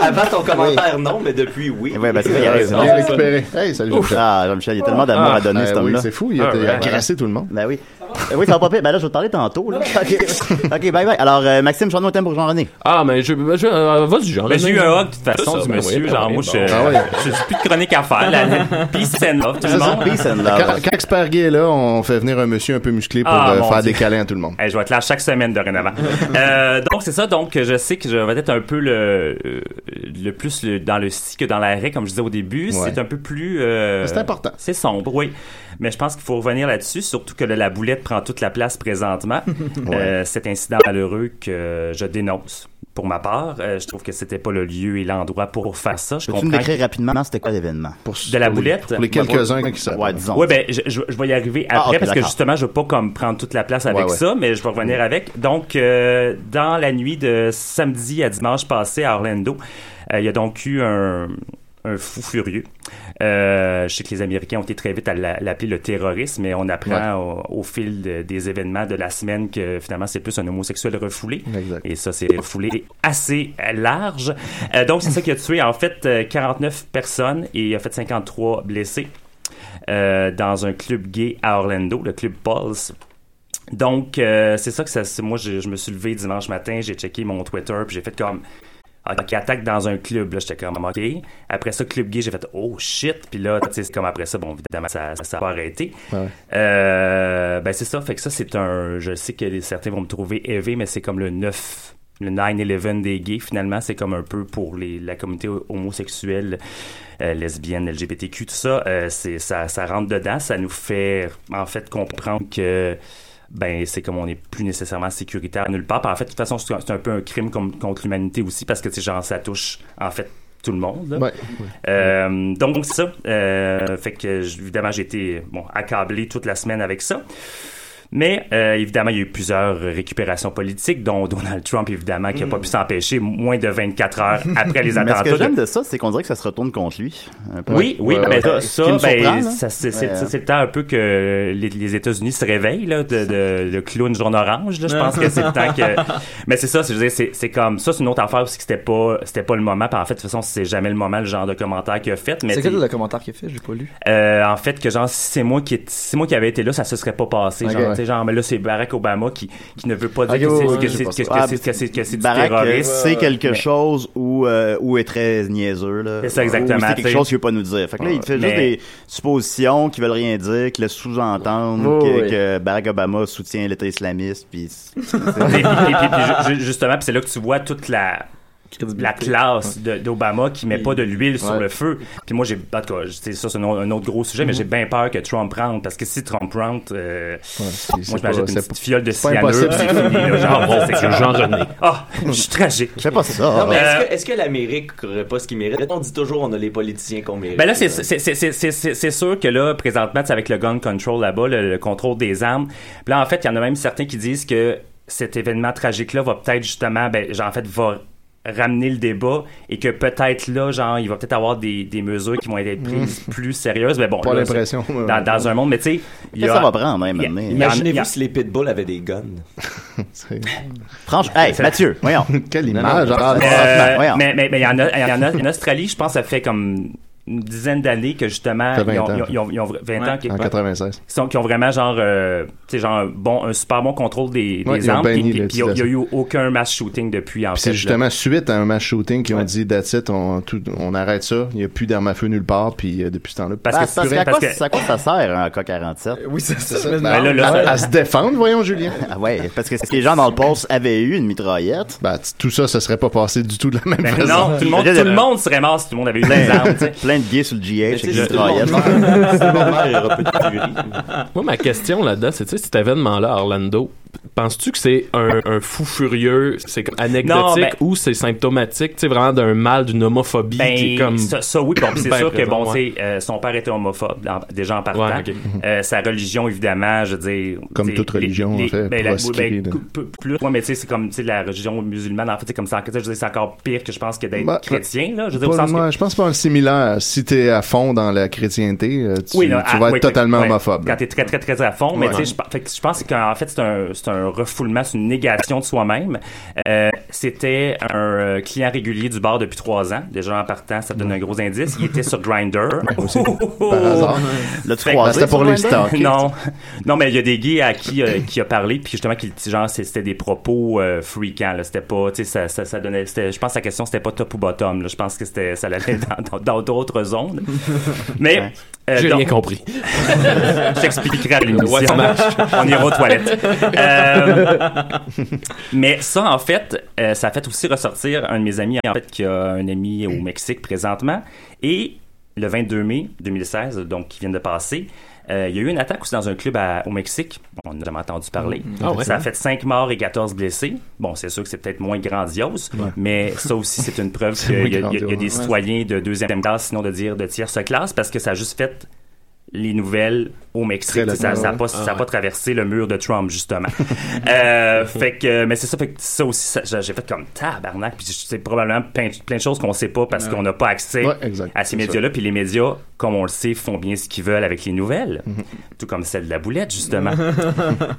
[SPEAKER 2] Avant ton commentaire, non, mais depuis, oui. Euh,
[SPEAKER 1] ouais, ben c'est ça, il a raison.
[SPEAKER 6] Ah,
[SPEAKER 3] Bien récupéré. Hey, salut, Jean-Michel.
[SPEAKER 1] Ah, Jean-Michel, il y a tellement d'amour à donner,
[SPEAKER 3] Ben
[SPEAKER 1] cet
[SPEAKER 3] oui,
[SPEAKER 1] homme-là.
[SPEAKER 3] c'est fou,
[SPEAKER 6] Ah,
[SPEAKER 3] il a, il a agressé tout le monde.
[SPEAKER 1] Ben oui. Euh, Oui, ça va pas pire. Ben là, je vais te parler tantôt. Là. OK, Ok, bye bye. Alors, euh, Maxime, chante-nous un thème pour Jean-René.
[SPEAKER 4] Ah, mais je, ben, je- euh, vas-y, Jean-René.
[SPEAKER 6] Mais j'ai eu un hug de toute
[SPEAKER 4] C'est
[SPEAKER 6] façon
[SPEAKER 4] ça,
[SPEAKER 6] du
[SPEAKER 4] ben
[SPEAKER 6] monsieur,
[SPEAKER 4] oui,
[SPEAKER 6] genre
[SPEAKER 4] ben
[SPEAKER 6] moi
[SPEAKER 4] oui,
[SPEAKER 6] je
[SPEAKER 3] Ah ouais.
[SPEAKER 6] je- j'ai plus de chronique à faire. La peace and love, tout le
[SPEAKER 1] C'est ça,
[SPEAKER 6] monde.
[SPEAKER 1] peace and
[SPEAKER 3] Ah, Quand,
[SPEAKER 1] love.
[SPEAKER 3] quand Expert Gay est là, on fait venir un monsieur un peu musclé pour
[SPEAKER 6] Ah,
[SPEAKER 3] euh,
[SPEAKER 6] mon
[SPEAKER 3] faire
[SPEAKER 6] Dieu.
[SPEAKER 3] des câlins à tout le monde.
[SPEAKER 6] Hey, je vais être là chaque semaine dorénavant. euh, donc c'est ça. Donc je sais que je vais être un peu le euh, le plus le- dans le si que dans l'arrêt, comme je disais au début. C'est un peu plus. euh,
[SPEAKER 3] C'est important.
[SPEAKER 6] C'est sombre, oui. Mais je pense qu'il faut revenir là-dessus, surtout que là, la boulette prend toute la place présentement. Euh, cet incident malheureux que je dénonce. Pour ma part, Euh, je trouve que c'était pas le lieu et l'endroit pour faire ça. Je
[SPEAKER 1] Peux-tu me
[SPEAKER 6] comprends
[SPEAKER 1] décrire rapidement c'était quoi l'événement?
[SPEAKER 3] Pour,
[SPEAKER 6] de la
[SPEAKER 3] pour les-
[SPEAKER 6] boulette.
[SPEAKER 3] Pour les quelques-uns qui savent.
[SPEAKER 1] Ouais, disons.
[SPEAKER 6] Oui, ben, je, je- je vais y arriver après
[SPEAKER 1] Ah, ok,
[SPEAKER 6] parce que
[SPEAKER 1] d'accord.
[SPEAKER 6] justement, je veux pas comme prendre toute la place avec
[SPEAKER 3] Ouais, ouais.
[SPEAKER 6] ça, mais je vais revenir avec. Donc, euh, dans la nuit de samedi à dimanche passé à Orlando, euh, il y a donc eu un, un fou furieux. Euh, je sais que les Américains ont été très vite à la- l'appeler le terrorisme, mais on apprend au, au fil de- des événements de la semaine que finalement, c'est plus un homosexuel refoulé.
[SPEAKER 3] Exact.
[SPEAKER 6] Et ça, c'est refoulé assez large. Euh, donc, c'est ça qui a tué, en fait, euh, 49 personnes et il a fait 53 blessés euh, dans un club gay à Orlando, le club Pulse. Donc, euh, c'est ça que ça. c'est- Moi, je, je me suis levé dimanche matin, j'ai checké mon Twitter, puis j'ai fait comme. Ah, Ok, attaque dans un club, là, j'étais comme, ok. Après ça, club gay, j'ai fait, oh shit. Puis là, tu sais, c'est comme après ça, bon, évidemment, ça ça ça a pas arrêté. Euh, ben, c'est ça, fait que ça, c'est un. Je sais que les- certains vont me trouver élevé, mais c'est comme le 9. Le 9-11 des gays, finalement, c'est comme un peu pour les, la communauté homosexuelle, euh, lesbienne, LGBTQ, tout ça. euh, c'est, ça, ça rentre dedans, ça nous fait, en fait, comprendre que ben c'est comme on n'est plus nécessairement sécuritaire nulle part. Puis en fait, de toute façon, c'est un- c'est un peu un crime comme, contre l'humanité aussi parce que c'est genre ça touche en fait tout le monde. là.
[SPEAKER 3] Ouais.
[SPEAKER 6] Euh, donc donc, c'est ça. Euh, fait que j- évidemment j'ai été bon accablé toute la semaine avec ça. Mais euh, évidemment, il y a eu plusieurs récupérations politiques, dont Donald Trump, évidemment, qui n'a
[SPEAKER 3] Hmm.
[SPEAKER 6] pas pu s'empêcher moins de 24 heures après
[SPEAKER 1] Mais
[SPEAKER 6] les
[SPEAKER 1] ce
[SPEAKER 6] attentats.
[SPEAKER 1] que j'aime
[SPEAKER 6] de-
[SPEAKER 1] de ça, c'est qu'on dirait que ça se retourne contre lui. un peu.
[SPEAKER 6] oui, oui,
[SPEAKER 3] Ouais,
[SPEAKER 6] ben,
[SPEAKER 3] ouais.
[SPEAKER 6] ça,
[SPEAKER 1] Ce qui
[SPEAKER 6] ça,
[SPEAKER 1] me
[SPEAKER 6] ben,
[SPEAKER 1] surprend, là.
[SPEAKER 6] ça, c'est,
[SPEAKER 1] Ouais,
[SPEAKER 6] c'est,
[SPEAKER 1] hein.
[SPEAKER 6] ça, c'est le temps un peu que les, les États-Unis se réveillent, là, de, de, le clown jaune orange, là. Je pense que c'est le temps que. Mais c'est ça, c'est, je veux dire, c'est, c'est comme, ça, c'est une autre affaire aussi que c'était pas, c'était pas le moment. Puis en fait, de toute façon, c'est jamais le moment, le genre de commentaire qu'il a fait. Mais
[SPEAKER 9] C'est
[SPEAKER 6] t'es-
[SPEAKER 9] quel le commentaire qu'il a fait? J'ai pas lu.
[SPEAKER 6] euh, en fait, que genre, si c'est moi qui, est- si c'est moi qui avais été là, ça se serait pas passé.
[SPEAKER 3] Ok,
[SPEAKER 6] Genre,
[SPEAKER 3] ouais.
[SPEAKER 6] tu sais, genre, mais là, c'est Barack Obama qui, qui ne veut pas dire
[SPEAKER 3] Ok,
[SPEAKER 6] que
[SPEAKER 3] ouais,
[SPEAKER 6] c'est-
[SPEAKER 3] ouais,
[SPEAKER 6] que
[SPEAKER 3] je
[SPEAKER 6] c'est-
[SPEAKER 3] pense
[SPEAKER 6] que-
[SPEAKER 1] Ah,
[SPEAKER 6] que c'est- que c'est- que c'est du
[SPEAKER 1] Barack, euh,
[SPEAKER 6] terrorisme. Ben.
[SPEAKER 1] c'est quelque chose où, euh, où est très niaiseux. là.
[SPEAKER 6] C'est ça, exactement,
[SPEAKER 1] Ou C'est quelque
[SPEAKER 6] t'sais.
[SPEAKER 1] chose qu'il veut pas nous dire. Fait que là, il fait juste
[SPEAKER 6] Mais-
[SPEAKER 1] des suppositions qui veulent rien dire, qui laissent
[SPEAKER 3] Oh,
[SPEAKER 1] sous-entendre que,
[SPEAKER 3] oui.
[SPEAKER 1] que Barack Obama soutient l'État islamiste. Puis
[SPEAKER 6] Et puis- et puis- puis ju- justement, puis c'est là que tu vois toute la, la classe de- d'Obama qui met pas de l'huile sur
[SPEAKER 3] Ouais. Mm-hmm.
[SPEAKER 6] le feu. Puis moi, j'ai, en tout cas, je- c'est ça, c'est un, au- un autre gros sujet, mais j'ai bien peur que Trump rentre parce que si Trump rentre, euh, moi, je m'achète une petite fiole de
[SPEAKER 3] pas
[SPEAKER 6] cyanure,
[SPEAKER 3] impossible.
[SPEAKER 6] puis c'est fini. là. genre, bon, c'est que genre,
[SPEAKER 4] Jean-René.
[SPEAKER 6] ah, je suis tragique.
[SPEAKER 1] je fais pas ça.
[SPEAKER 3] hein.
[SPEAKER 6] mais- Euh,
[SPEAKER 2] est-ce que, l'Amérique n'aurait pas ce qu'il mérite? On dit toujours on a les politiciens qu'on mérite. Euh,
[SPEAKER 6] Ben là, c'est- c'est- c'est c'est- c'est- c'est- c'est sûr que là, présentement, c'est avec le gun control là-bas, le, le contrôle des armes. Puis là, en fait, il y en a même certains qui disent que cet événement tragique-là va peut-être justement, ben, genre, en fait, va ramener le débat et que peut-être là, genre, il va peut-être avoir des, des mesures qui vont être prises plus sérieuses. Mais bon,
[SPEAKER 3] Hmm. Pas
[SPEAKER 6] là,
[SPEAKER 3] l'impression.
[SPEAKER 6] c'est- Dans, dans un monde, mais tu sais, il y
[SPEAKER 1] Qu'est-ce
[SPEAKER 6] a-
[SPEAKER 1] que ça va prendre, hein, même,
[SPEAKER 6] il y a- il y a- il y
[SPEAKER 2] Imaginez-vous
[SPEAKER 6] a-
[SPEAKER 2] si les pitbulls avaient des guns.
[SPEAKER 3] C'est-
[SPEAKER 1] Franchement, hey, Mathieu, voyons.
[SPEAKER 3] Quelle image.
[SPEAKER 1] non,
[SPEAKER 3] ah,
[SPEAKER 1] non.
[SPEAKER 3] non.
[SPEAKER 6] Euh,
[SPEAKER 1] Voyons.
[SPEAKER 6] mais mais mais il y en a il y en a en Australie je pense que ça fait comme une dizaine d'années que justement,
[SPEAKER 3] Ça fait
[SPEAKER 6] ils ont,
[SPEAKER 3] 20 ans.
[SPEAKER 6] ils ont- ils ont- ils ont 20 ans, qui-
[SPEAKER 3] en 96.
[SPEAKER 6] qui, sont- qui ont vraiment genre, euh, tu sais, genre bon, un super bon contrôle des, des
[SPEAKER 3] Ouais, ils ont
[SPEAKER 6] armes. puis-
[SPEAKER 3] banni
[SPEAKER 6] puis-
[SPEAKER 3] le
[SPEAKER 6] puis Il n'y a,
[SPEAKER 3] tir.
[SPEAKER 6] eu aucun mass shooting depuis. En
[SPEAKER 3] Puis
[SPEAKER 6] fait,
[SPEAKER 3] c'est
[SPEAKER 6] là.
[SPEAKER 3] justement suite à un mass shooting qu'ils ont dit That's it, on, tout- on arrête ça, il n'y a plus d'armes à feu nulle part, puis euh, depuis ce temps-là,
[SPEAKER 6] Parce
[SPEAKER 3] Ah,
[SPEAKER 6] que
[SPEAKER 1] Parce, parce,
[SPEAKER 6] purée,
[SPEAKER 1] qu'à
[SPEAKER 6] parce
[SPEAKER 1] quoi,
[SPEAKER 6] que-
[SPEAKER 1] ça- à quoi ça sert un K-47?
[SPEAKER 9] Oui, c'est ça.
[SPEAKER 3] ça,
[SPEAKER 9] je me
[SPEAKER 3] ben,
[SPEAKER 9] demande.
[SPEAKER 6] là, là, ça-
[SPEAKER 3] à se défendre, voyons, Julien.
[SPEAKER 1] Ah ouais, parce que si les gens dans le poste avaient eu une mitraillette,
[SPEAKER 3] Ben, t- tout ça, ça serait pas passé du tout de la même
[SPEAKER 6] Ben
[SPEAKER 3] façon.
[SPEAKER 6] non, tout le monde,
[SPEAKER 1] Je veux dire,
[SPEAKER 6] tout le
[SPEAKER 1] euh,
[SPEAKER 6] monde serait mort si tout le monde avait eu des armes. tu sais.
[SPEAKER 1] plein de gays sur le GH avec
[SPEAKER 2] tu sais,
[SPEAKER 1] une
[SPEAKER 2] si tout le monde
[SPEAKER 1] mitraillette.
[SPEAKER 2] meurt- si tout le monde meurt, il y aura plus de tuerie.
[SPEAKER 4] Moi, ma question là-dedans, c'est, tu sais, cet événement-là à Orlando, penses-tu que c'est un, un fou furieux, c'est comme anecdotique
[SPEAKER 6] Non, ben-
[SPEAKER 4] ou c'est symptomatique, tu sais, vraiment d'un mal, d'une homophobie qui est
[SPEAKER 6] Ben,
[SPEAKER 4] comme...
[SPEAKER 6] ça, ça, oui, bon, c'est
[SPEAKER 4] Ben
[SPEAKER 6] sûr que
[SPEAKER 4] présent,
[SPEAKER 6] bon,
[SPEAKER 4] ouais.
[SPEAKER 6] tu sais, euh, son père était homophobe en- déjà en partant.
[SPEAKER 4] Ouais, ok.
[SPEAKER 6] Euh, sa religion, évidemment, je veux dire.
[SPEAKER 3] Comme
[SPEAKER 6] tu sais,
[SPEAKER 3] toute religion, en fait,
[SPEAKER 6] ben,
[SPEAKER 3] pour
[SPEAKER 6] la-
[SPEAKER 3] la sécurité,
[SPEAKER 6] ben,
[SPEAKER 3] là.
[SPEAKER 6] peu- plus, ouais, mais tu sais, c'est comme tu sais, la religion musulmane, en fait, c'est comme ça. Je veux dire, c'est encore pire que je pense que d'être
[SPEAKER 3] Ben,
[SPEAKER 6] chrétien, là. Je veux dire, au
[SPEAKER 3] Pas-
[SPEAKER 6] sens que-
[SPEAKER 3] moi, Je pense pas dans le similaire. Si t'es à fond dans la chrétienté, euh, tu,
[SPEAKER 6] non,
[SPEAKER 3] tu
[SPEAKER 6] ah,
[SPEAKER 3] vas être
[SPEAKER 6] oui,
[SPEAKER 3] totalement
[SPEAKER 6] ouais,
[SPEAKER 3] homophobe.
[SPEAKER 6] Quand t'es très, très, très à fond, mais
[SPEAKER 3] Ouais.
[SPEAKER 6] tu sais, je pe- fait que je pense qu'en fait, c'est un, c'est un refoulement, c'est une négation de soi-même. Euh, C'était un euh, client régulier du bar depuis trois ans. Déjà en partant, ça te donne un gros indice. Il était sur Grindr.
[SPEAKER 3] Par hasard.
[SPEAKER 1] Le
[SPEAKER 6] Fait que-
[SPEAKER 3] Ben,
[SPEAKER 1] croisé
[SPEAKER 3] c'était pour
[SPEAKER 1] sur
[SPEAKER 3] les
[SPEAKER 1] Grindr?
[SPEAKER 3] stocks.
[SPEAKER 6] Non, non, mais il y a des gays à qui euh, qui a parlé, puis justement qui genre c'est- c'était des propos euh, freakants, là, c'était pas, tu sais, ça, ça, ça donnait, c'était- je pense que la question c'était pas top ou bottom, là. je pense que c'était ça allait dans- dans dans d'autres zones, mais euh,
[SPEAKER 4] J'ai
[SPEAKER 6] donc-
[SPEAKER 4] rien compris.
[SPEAKER 6] je t'expliquerai à l'émission.
[SPEAKER 4] Ouais, ça
[SPEAKER 6] On ira aux toilettes. Euh, mais ça, en fait, euh, ça a fait aussi ressortir un de mes amis, en fait, qui a un ami au Mexique présentement. Et le 22 mai 2016, donc qui vient de passer, euh, il y a eu une attaque aussi dans un club à- au Mexique. On en a jamais entendu parler.
[SPEAKER 4] Ah ouais.
[SPEAKER 6] ça a fait 5 morts et 14 blessés. Bon, c'est sûr que c'est peut-être moins grandiose, mais ça aussi, c'est une preuve qu'il y, a-
[SPEAKER 3] moins
[SPEAKER 6] il y a- il y a
[SPEAKER 3] grandiose,
[SPEAKER 6] des
[SPEAKER 3] ouais.
[SPEAKER 6] citoyens de deuxième classe, sinon de dire de tierce classe, parce que ça a juste fait les nouvelles au Mexique.
[SPEAKER 3] Très
[SPEAKER 6] Ça n'a
[SPEAKER 3] local,
[SPEAKER 6] pas, ça a pas traversé le mur de Trump, justement. Euh, fait que, mais c'est ça, fait que ça aussi, ça- j'ai- j'ai fait comme tabarnak. Puis c'est probablement plein, plein de choses qu'on sait pas parce qu'on n'a pas accès
[SPEAKER 3] Ouais, exact.
[SPEAKER 6] à ces
[SPEAKER 3] C'est ça.
[SPEAKER 6] médias-là. Puis les médias, comme on le sait, font bien ce qu'ils veulent avec les nouvelles.
[SPEAKER 3] Mm-hmm.
[SPEAKER 6] Tout comme celle de la boulette, justement.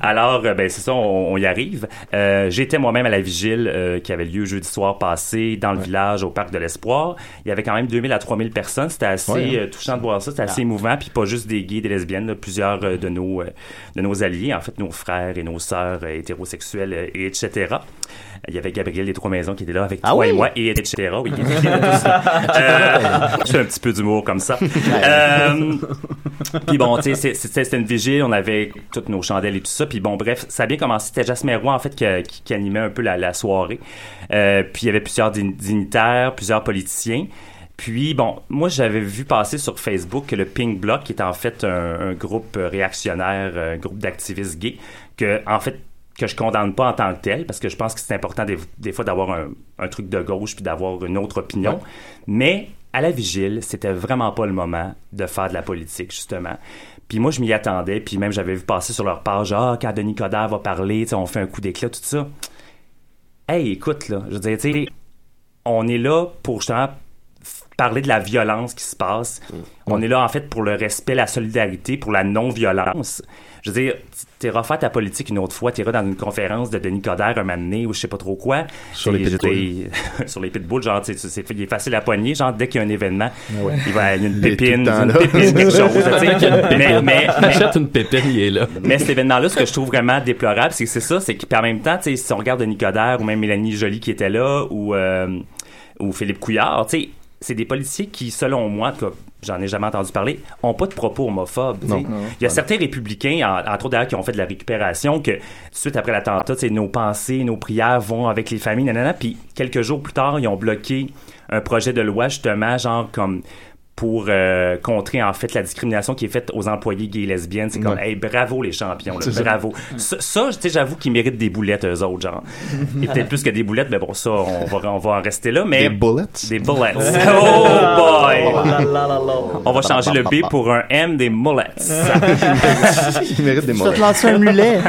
[SPEAKER 6] Alors, euh, ben, c'est ça, on, on y arrive. Euh, J'étais moi-même à la vigile euh, qui avait lieu jeudi soir passé dans le village au Parc de l'Espoir. Il y avait quand même 2000 à 3000 personnes. C'était assez
[SPEAKER 3] Ouais, hein.
[SPEAKER 6] euh, touchant de voir ça. C'était assez émouvant. Puis pas juste des gays, des lesbiennes, là, plusieurs euh, de, nos, euh, de nos alliés, en fait, nos frères et nos sœurs euh, hétérosexuels, euh, et etc. Il y avait Gabriel des Trois Maisons qui était là avec
[SPEAKER 1] Ah
[SPEAKER 6] toi
[SPEAKER 1] oui?
[SPEAKER 6] et moi, et etc. Oui, il était là aussi. Euh, je fais un petit peu d'humour comme ça. Euh, puis bon, tu sais, c'est- c'est- c'était une vigile, on avait toutes nos chandelles et tout ça. Puis bon, bref, ça a bien commencé. C'était Jasmin Roy, en fait, qui, a- qui- qui animait un peu la, la soirée. Euh, puis il y avait plusieurs dign- dignitaires, plusieurs politiciens. Puis bon, moi j'avais vu passer sur Facebook que le Pink Bloc, qui est en fait un, un groupe réactionnaire, un groupe d'activistes gays, que en fait que je condamne pas en tant que tel, parce que je pense que c'est important des, des fois d'avoir un, un truc de gauche puis d'avoir une autre opinion. Mais à la vigile, c'était vraiment pas le moment de faire de la politique, justement. Puis moi, je m'y attendais, puis même j'avais vu passer sur leur page, ah, quand Denis Coderre va parler, tu sais, on fait un coup d'éclat, tout ça. Hey, écoute, là, je veux dire, tu sais, on est là pour justement f- parler de la violence qui se passe.
[SPEAKER 3] Mm.
[SPEAKER 6] On est là, en fait, pour le respect, la solidarité, pour la non-violence. Je veux dire, t- t'iras faire ta politique une autre fois, t'iras dans une conférence de Denis Coderre un moment donné ou je sais pas trop quoi.
[SPEAKER 3] Sur les
[SPEAKER 6] Et je
[SPEAKER 3] pitbulls.
[SPEAKER 6] t'ai- sur les pitbulls, genre, tu sais, c'est, c'est- il est facile à poigner, genre, dès qu'il y a un événement, il va il y a une
[SPEAKER 3] Ah Il est tout le
[SPEAKER 6] pépine,
[SPEAKER 3] temps
[SPEAKER 6] une
[SPEAKER 3] là.
[SPEAKER 6] pépine, quelque chose, tu sais. mais, mais, mais-
[SPEAKER 4] Achète une pépine, il est là.
[SPEAKER 6] mais cet événement-là, ce que je trouve vraiment déplorable, c'est que c'est ça, c'est qu'en même temps, tu sais, si on regarde Denis Coderre ou même Mélanie Joly qui était là ou, euh, ou Philippe Couillard, tu sais, c'est des policiers qui, selon moi, en tout cas, j'en ai jamais entendu parler, ont pas de propos homophobes. tu sais.
[SPEAKER 3] Non.
[SPEAKER 6] Il y a certains républicains, en- entre autres d'ailleurs, qui ont fait de la récupération, que suite après l'attentat, tu sais, nos pensées, nos prières vont avec les familles, nanana, puis quelques jours plus tard, ils ont bloqué un projet de loi, justement, genre comme pour euh, contrer en fait la discrimination qui est faite aux employés gays et lesbiennes. C'est comme, hey, bravo les champions, là, bravo. Ça, ça, tu sais, j'avoue qu'ils méritent des boulettes, eux autres, genre. Et peut-être plus que des boulettes, mais bon, ça, on va, on va en rester là, mais...
[SPEAKER 3] Des bullets.
[SPEAKER 6] Des bullets. Oh boy!
[SPEAKER 9] La, la, la, la.
[SPEAKER 6] On va changer le B pour un M des mullets.
[SPEAKER 3] Ils méritent des
[SPEAKER 1] Tu vas
[SPEAKER 3] mauvais.
[SPEAKER 1] te lancer un mulet.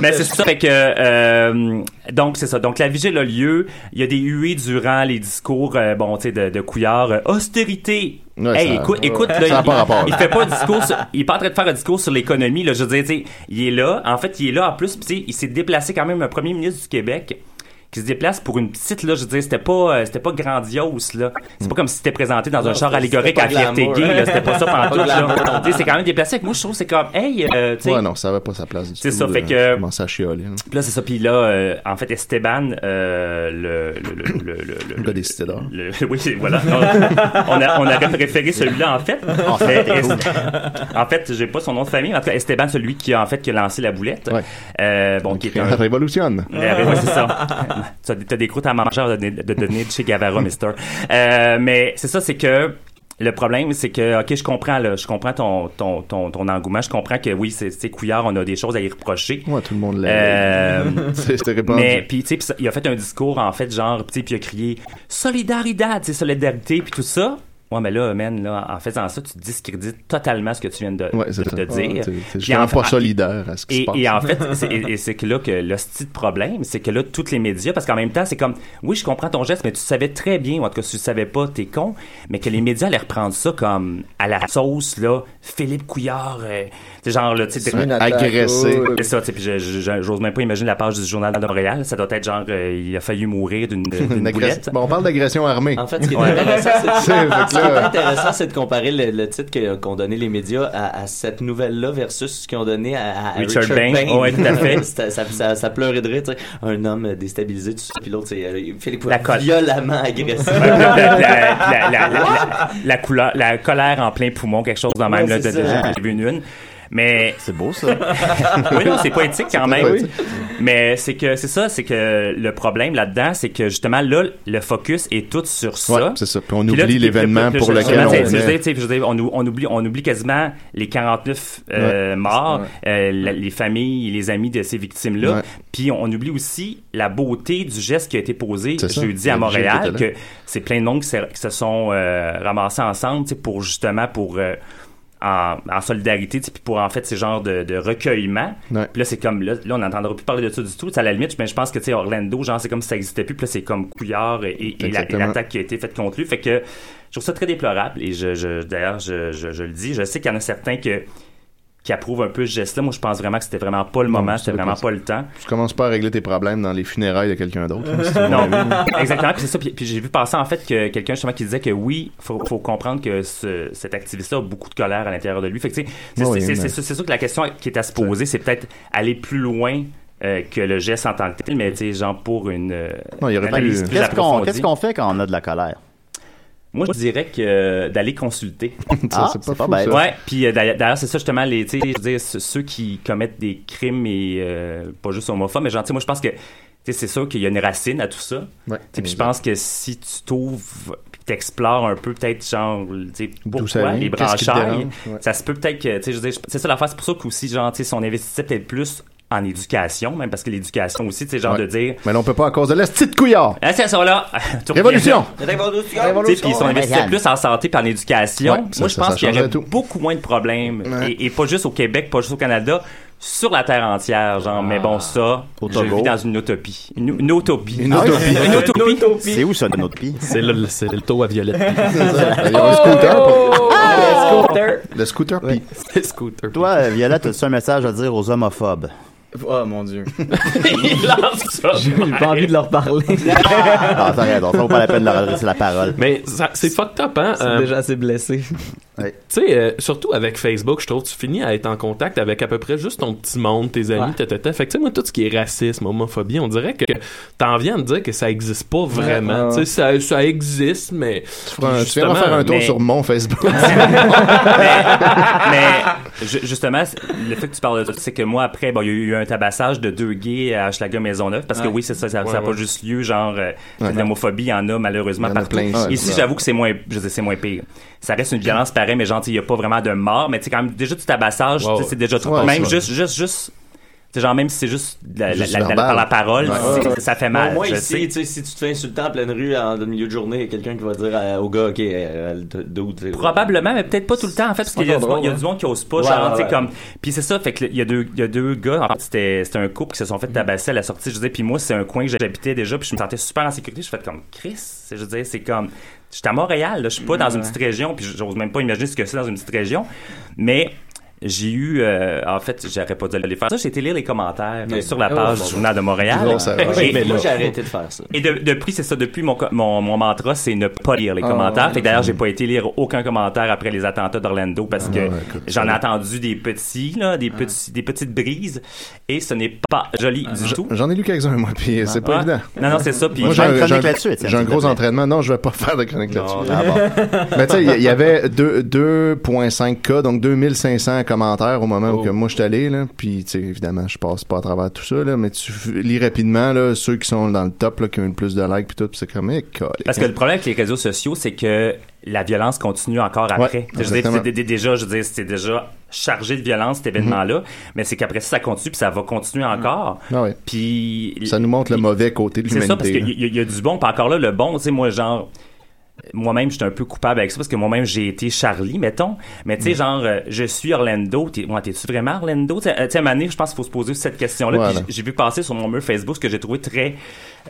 [SPEAKER 6] Mais c'est ça, fait que euh, donc c'est ça. Donc la vigile a lieu. Il y a des huées durant les discours, euh, bon, tu sais, de, de Couillard. euh, austérité.
[SPEAKER 3] Ouais,
[SPEAKER 6] hey,
[SPEAKER 3] ça-
[SPEAKER 6] écoute, écoute, là,
[SPEAKER 3] Ça a
[SPEAKER 6] il,
[SPEAKER 3] pas rapport,
[SPEAKER 6] il
[SPEAKER 3] là.
[SPEAKER 6] fait pas un discours, sur- il est pas en train de faire un discours sur l'économie. Là, je veux dire, tu sais, il est là. En fait, il est là en plus. Puis tu sais, il s'est déplacé quand même un premier ministre du Québec qui se déplace pour une petite, là, je veux dire, c'était pas, euh, c'était pas grandiose, là. C'est pas comme si c'était présenté dans un char allégorique à
[SPEAKER 2] c'était pas
[SPEAKER 6] fierté
[SPEAKER 2] glamour.
[SPEAKER 6] gay, là. C'était pas ça pendant tout,
[SPEAKER 2] glamour.
[SPEAKER 6] là. Tu sais, C'est quand même déplacé. Fait que Moi, je trouve que c'est comme, hey, euh, tu sais,
[SPEAKER 3] Ouais, non, ça va pas sa place du tout.
[SPEAKER 6] C'est ça,
[SPEAKER 3] là.
[SPEAKER 6] fait que-
[SPEAKER 3] Commence à chialer. là.
[SPEAKER 6] Puis là, c'est ça. Puis là, euh, en fait, Esteban, euh, le, le, le, le, le, le,
[SPEAKER 3] gars des cités d'or.
[SPEAKER 6] le- Oui, c'est- voilà. On, on a, on a préféré celui-là, en fait. En fait, Est- en fait j'ai pas son nom de famille, mais en tout cas, Esteban, celui qui a, en fait, qui a lancé la boulette.
[SPEAKER 3] Ouais.
[SPEAKER 6] Euh, bon, qui est un.
[SPEAKER 3] Révolutionne.
[SPEAKER 6] Euh, ouais, c'est ça. T'as des- T'as des croûtes à manger de, donner- de donner de chez Gavara, mister. Euh, mais c'est ça, c'est que le problème, c'est que, OK, je comprends, là, je comprends ton, ton, ton, ton engouement. Je comprends que, oui, c'est c'est couillard, on a des choses à y reprocher.
[SPEAKER 3] Ouais, tout le monde l'a.
[SPEAKER 6] Euh,
[SPEAKER 3] C'est C'était répandu.
[SPEAKER 6] mais puis tu sais puis ça- il a fait un discours en fait genre tu sais puis il a crié solidarité, tu sais solidarité puis tout ça. Ouais mais là man là en faisant ça tu discrédites totalement ce que tu viens de,
[SPEAKER 3] Ouais,
[SPEAKER 6] de,
[SPEAKER 3] c'est ça.
[SPEAKER 6] de
[SPEAKER 3] Ouais,
[SPEAKER 6] dire.
[SPEAKER 3] t'es- t'es
[SPEAKER 6] Puis
[SPEAKER 3] justement
[SPEAKER 6] en fait-
[SPEAKER 3] pas solidaire à ce qui se
[SPEAKER 6] et,
[SPEAKER 3] passe.
[SPEAKER 6] et en fait, c'est- et- et c'est que là que le style de problème, c'est que là, tous les médias, parce qu'en même temps, c'est comme, oui, je comprends ton geste, mais tu savais très bien, ou en tout cas, si tu le savais pas, t'es con, mais que les médias allaient reprendre ça comme à la sauce, là, Philippe Couillard, euh, tu sais, genre, là, tu sais,
[SPEAKER 3] Ouais, agressé.
[SPEAKER 6] c'est ça, tu sais, puis je- je- je- j'ose même pas imaginer la page du journal de Montréal. Ça doit être genre, euh, il a failli mourir d'une d'une
[SPEAKER 3] Une agression-
[SPEAKER 6] boulette.
[SPEAKER 3] Bon, on parle d'agression armée.
[SPEAKER 2] En fait, ce qui est
[SPEAKER 6] Ouais.
[SPEAKER 2] intéressant,
[SPEAKER 3] C'est-
[SPEAKER 2] c'est-
[SPEAKER 3] fait que
[SPEAKER 2] ce qui est
[SPEAKER 3] là-
[SPEAKER 2] intéressant, c'est de comparer le, le titre que- qu'ont donné les médias à, à cette nouvelle-là versus ce qu'ils ont donné à, à
[SPEAKER 6] Richard
[SPEAKER 2] Richard,
[SPEAKER 6] Bain.
[SPEAKER 2] Bain.
[SPEAKER 6] Ouais, tout à fait.
[SPEAKER 2] ça, ça, ça- ça pleurait de rire, tu sais. Un homme déstabilisé, tout ça, puis l'autre, c'est euh, Philippe
[SPEAKER 6] La colle.
[SPEAKER 2] violemment agressé.
[SPEAKER 6] la, la- la- la- la- la- la couleur, la colère en plein poumon, quelque chose dans même,
[SPEAKER 2] Ouais,
[SPEAKER 6] là,
[SPEAKER 2] c'est
[SPEAKER 6] de- de-
[SPEAKER 2] ça.
[SPEAKER 6] j'en ai vu une, une. Mais
[SPEAKER 3] C'est beau, ça.
[SPEAKER 6] oui, non, c'est poétique quand même.
[SPEAKER 3] poétique.
[SPEAKER 6] Mais c'est que c'est ça, c'est que le problème là-dedans, c'est que justement là, le focus est tout sur ça.
[SPEAKER 3] Ouais, c'est ça. Puis on
[SPEAKER 6] Puis là,
[SPEAKER 3] oublie
[SPEAKER 6] tu-
[SPEAKER 3] l'événement
[SPEAKER 6] puis-
[SPEAKER 3] pour
[SPEAKER 6] puis-
[SPEAKER 3] lequel
[SPEAKER 6] justement,
[SPEAKER 3] on
[SPEAKER 6] tu sais, je veux
[SPEAKER 3] venait.
[SPEAKER 6] dire, tu sais, je veux dire, on, ou- on oublie, on oublie quasiment les 49 euh, morts, euh, la- les familles, les amis de ces victimes-là.
[SPEAKER 3] Ouais.
[SPEAKER 6] Puis on, on oublie aussi la beauté du geste qui a été posé
[SPEAKER 3] C'est ça.
[SPEAKER 6] jeudi à
[SPEAKER 3] Le
[SPEAKER 6] Montréal,
[SPEAKER 3] geste était
[SPEAKER 6] que c'est plein de monde qui se, qui se sont euh, ramassés ensemble tu sais, pour justement pour euh, en, en solidarité, tu sais, puis pour en fait ces genres de, de recueillement.
[SPEAKER 3] Ouais.
[SPEAKER 6] Puis là, c'est comme, là, là, on n'entendra plus parler de ça du tout. Tu sais, À la limite, mais je pense que, tu sais, Orlando, genre, c'est comme si ça n'existait plus. Puis là, c'est comme Couillard et, et- et la- et
[SPEAKER 3] Exactement.
[SPEAKER 6] l'attaque qui a été faite contre lui. Fait que je trouve ça très déplorable. Et je, je- d'ailleurs, je, je- je le dis, je sais qu'il y en a certains que, qui approuvent un peu ce geste-là. Moi, je pense vraiment que c'était vraiment pas le
[SPEAKER 3] Non,
[SPEAKER 6] moment,
[SPEAKER 3] c'était
[SPEAKER 6] c'était vraiment
[SPEAKER 3] pas ça.
[SPEAKER 6] pas le temps.
[SPEAKER 3] Tu commences pas à régler tes problèmes dans les funérailles de quelqu'un d'autre. hein, si tu veux.
[SPEAKER 6] Non, exactement. Puis c'est ça. Puis, puis j'ai vu passer en fait que quelqu'un justement qui disait que oui, faut, faut comprendre que ce- cet activiste-là a beaucoup de colère à l'intérieur de lui. Fait que tu sais, c'est
[SPEAKER 3] Oui,
[SPEAKER 6] c'est-
[SPEAKER 3] mais-
[SPEAKER 6] c'est- c'est- c'est sûr que la question qui est à se poser, c'est peut-être aller plus loin. euh, que le geste en tant que tel, mais tu sais, genre pour une. euh,
[SPEAKER 3] Non, il aurait pu-
[SPEAKER 6] analyse plus
[SPEAKER 3] Qu'est-ce
[SPEAKER 1] Qu'est-ce qu'on
[SPEAKER 6] approfondie.
[SPEAKER 1] qu'est-ce qu'on fait quand on a de la colère?
[SPEAKER 6] Moi, je dirais que euh, d'aller consulter.
[SPEAKER 3] Ça,
[SPEAKER 1] Ah,
[SPEAKER 3] c'est pas
[SPEAKER 1] c'est pas
[SPEAKER 3] fou,
[SPEAKER 1] bête.
[SPEAKER 3] ça.
[SPEAKER 1] Ouais.
[SPEAKER 6] Ouais, puis euh, d'ailleurs, d'ailleurs, c'est ça justement les, tu sais, je veux dire, ce- ceux qui commettent des crimes et euh, pas juste homophobes, mais genre, tu sais, moi je pense que, tu sais, c'est sûr qu'il y a une racine à tout ça.
[SPEAKER 3] Ouais.
[SPEAKER 6] Tu sais, Puis je pense que si tu t'ouvres puis t'explores un peu peut-être genre tu sais
[SPEAKER 3] D'où ça
[SPEAKER 6] pourquoi
[SPEAKER 3] vient,
[SPEAKER 6] les
[SPEAKER 3] qu'est-ce qui te
[SPEAKER 6] branchailles
[SPEAKER 3] dérange, ouais.
[SPEAKER 6] ça se peut peut-être que tu sais je veux dire, c'est ça l'affaire c'est pour ça qu'aussi genre tu sais si on investissait peut-être plus en éducation même parce que l'éducation aussi tu sais genre
[SPEAKER 3] Ouais.
[SPEAKER 6] de dire
[SPEAKER 3] Mais là, on peut pas à cause de la petite couillard.
[SPEAKER 6] ah c'est ça là tu reviens-
[SPEAKER 3] Révolution!
[SPEAKER 6] tu sais, puis si on investissait plus en santé puis en éducation,
[SPEAKER 3] Ouais, ça-
[SPEAKER 6] moi je
[SPEAKER 3] ça-
[SPEAKER 6] pense
[SPEAKER 3] ça
[SPEAKER 6] qu'il y aurait
[SPEAKER 3] changerait tout.
[SPEAKER 6] beaucoup moins de problèmes.
[SPEAKER 3] Ouais.
[SPEAKER 6] Et, et pas juste au Québec, pas juste au Canada, sur la terre entière, genre. Mais bon, ça,
[SPEAKER 1] Au
[SPEAKER 6] je
[SPEAKER 1] Togo.
[SPEAKER 6] vis dans une utopie. Une, une utopie.
[SPEAKER 3] Une utopie.
[SPEAKER 6] Ah Une utopie.
[SPEAKER 1] C'est où ça, de notre pays?
[SPEAKER 4] C'est le, c'est le taux à Violette.
[SPEAKER 3] Il y a un scooter. pour- Le scooter, puis
[SPEAKER 4] C'est Scooter.
[SPEAKER 1] Toi, euh, Violette, as-tu un message à dire aux homophobes?
[SPEAKER 7] Oh mon dieu.
[SPEAKER 6] Il lance ça.
[SPEAKER 7] J'ai pas envie de leur parler.
[SPEAKER 1] Ah, t'as raison, ça vaut pas la peine de leur adresser la parole.
[SPEAKER 4] Mais ça- c'est fucked up, hein?
[SPEAKER 7] C'est
[SPEAKER 4] Euh,
[SPEAKER 7] déjà assez blessé.
[SPEAKER 4] Tu sais, euh, surtout avec Facebook, je trouve que tu finis à être en contact avec à peu près juste ton petit monde, tes amis,
[SPEAKER 7] Ouais.
[SPEAKER 4] tata. Fait que tu sais, moi, tout ce qui est racisme, homophobie, on dirait que t'en viens à me dire que ça existe pas vraiment.
[SPEAKER 7] ouais.
[SPEAKER 4] Tu sais, ça, ça existe, mais.
[SPEAKER 3] tu feras un- tu
[SPEAKER 4] Justement,
[SPEAKER 3] viendras faire un tour
[SPEAKER 6] mais-
[SPEAKER 3] sur mon Facebook. Ah!
[SPEAKER 6] Mais ju- justement, c'est- le fait que tu parles de ça, c'est que moi, après, bon, il y a eu un tabassage de deux gays à Hochelaga Maisonneuve, parce que oui, c'est ça, ça n'a
[SPEAKER 4] Ouais,
[SPEAKER 6] pas
[SPEAKER 4] ouais.
[SPEAKER 6] juste lieu, genre, euh,
[SPEAKER 3] Ouais.
[SPEAKER 6] l'homophobie, il y en a malheureusement
[SPEAKER 3] Il y en a
[SPEAKER 6] partout.
[SPEAKER 3] plein ici.
[SPEAKER 6] Ici,
[SPEAKER 3] Ouais.
[SPEAKER 6] j'avoue que c'est moins, je veux dire, c'est moins pire. Ça reste une violence pareille, mais gentil, il n'y a pas vraiment de mort, mais tu sais, quand même, déjà du tabassage,
[SPEAKER 4] Ouais,
[SPEAKER 6] tu sais,
[SPEAKER 4] ouais.
[SPEAKER 6] c'est déjà trop.
[SPEAKER 3] Ouais,
[SPEAKER 6] même
[SPEAKER 3] c'est
[SPEAKER 6] juste, juste, juste, tu sais, genre, même si c'est juste, la, la-
[SPEAKER 3] Juste
[SPEAKER 6] la- la-
[SPEAKER 3] verbal.
[SPEAKER 6] par la parole,
[SPEAKER 3] Ouais.
[SPEAKER 6] c'est- ça fait
[SPEAKER 2] Moi,
[SPEAKER 6] mal.
[SPEAKER 2] moi
[SPEAKER 6] je
[SPEAKER 2] ici,
[SPEAKER 6] sais.
[SPEAKER 2] tu sais, si tu te fais insulter en pleine rue en au milieu de journée, il y a quelqu'un qui va dire euh, au gars, OK, euh, euh, d'où tu sais,
[SPEAKER 6] Probablement, mais peut-être pas tout le temps, en fait, parce qu'il y, a du monde- il y a du monde qui ose pas,
[SPEAKER 2] Ouais,
[SPEAKER 6] genre,
[SPEAKER 2] ouais,
[SPEAKER 6] tu sais,
[SPEAKER 2] Ah ouais.
[SPEAKER 6] comme. Puis c'est ça, fait que le- il y, a deux- il y a deux gars, en fait, c'était c'était un couple qui se sont
[SPEAKER 2] Mhm.
[SPEAKER 6] fait tabasser à la sortie, je disais, puis moi, c'est un coin que j'habitais déjà, puis je me sentais super en sécurité, je fais comme Chris, c'est- je disais, c'est comme. J'étais à Montréal, là, je suis pas dans une petite région, puis j'ose même pas imaginer ce que c'est dans une petite région, mais. j'ai eu, euh, en fait, j'aurais pas dû aller faire ça, j'ai été lire les commentaires
[SPEAKER 2] Mais-
[SPEAKER 6] sur la
[SPEAKER 2] Oh,
[SPEAKER 6] page
[SPEAKER 2] bon,
[SPEAKER 6] du
[SPEAKER 2] bon.
[SPEAKER 6] Journal de Montréal.
[SPEAKER 3] Grosse erreur.
[SPEAKER 6] Et-
[SPEAKER 2] Mais moi, j'ai arrêté de faire ça.
[SPEAKER 6] et de- depuis, c'est ça, depuis mon, co- mon, mon mantra, c'est ne pas lire les
[SPEAKER 2] Ah
[SPEAKER 6] commentaires. Fait que d'ailleurs, j'ai pas été lire aucun commentaire après les attentats d'Orlando parce
[SPEAKER 2] Ah
[SPEAKER 6] que j'en ai entendu des petits, là, des, petits, des petites brises et ce n'est pas joli
[SPEAKER 2] Ah
[SPEAKER 6] du tout.
[SPEAKER 3] J'en ai lu quelques-uns, moi, puis euh, c'est pas
[SPEAKER 6] Ah.
[SPEAKER 3] évident.
[SPEAKER 6] Non, non, c'est ça. Puis
[SPEAKER 3] Moi,
[SPEAKER 1] Faire une
[SPEAKER 3] j'ai un-
[SPEAKER 1] chronique
[SPEAKER 3] j'ai un-
[SPEAKER 1] là-dessus, Étienne,
[SPEAKER 3] J'ai un
[SPEAKER 1] s'il te
[SPEAKER 3] gros
[SPEAKER 1] plaît.
[SPEAKER 3] entraînement. Non, je vais pas faire de chronique là-dessus.
[SPEAKER 1] Ah bon.
[SPEAKER 3] Mais tu sais, il y- y avait deux- 2.5K, donc 2500 commentaires au moment
[SPEAKER 6] Oh.
[SPEAKER 3] où que moi je suis allé. Là. Puis, tu sais, évidemment, je passe pas à travers tout ça, là, mais tu f- lis rapidement là, ceux qui sont dans le top, là, qui ont eu le plus de likes, puis tout, puis c'est comme, eh, calique.
[SPEAKER 6] Parce que le problème avec les réseaux sociaux, c'est que la violence continue encore après.
[SPEAKER 3] Ouais,
[SPEAKER 6] je veux dire,
[SPEAKER 3] exactement.
[SPEAKER 6] c'est dé- dé- déjà, je veux dire, c'est déjà chargé de violence cet événement-là,
[SPEAKER 3] Mm-hmm.
[SPEAKER 6] mais c'est qu'après ça, ça continue puis ça va continuer encore.
[SPEAKER 3] Ah ouais.
[SPEAKER 6] Puis
[SPEAKER 3] Ça nous montre le mauvais côté de
[SPEAKER 6] C'est ça, parce
[SPEAKER 3] l'humanité.
[SPEAKER 6] qu'il
[SPEAKER 3] là.
[SPEAKER 6] y, y a du bon, puis encore là, le bon, tu sais, moi, genre, moi-même, j'étais un peu coupable avec ça, parce que moi-même, j'ai été Charlie, mettons. Mais tu sais, genre, euh, je suis Orlando, t'es, ouais, t'es-tu vraiment Orlando? Tu sais, euh, tu sais, à un moment donné, je pense qu'il faut se poser cette question-là.
[SPEAKER 3] Voilà.
[SPEAKER 6] Puis j- J'ai vu passer sur mon mur Facebook ce que j'ai trouvé très,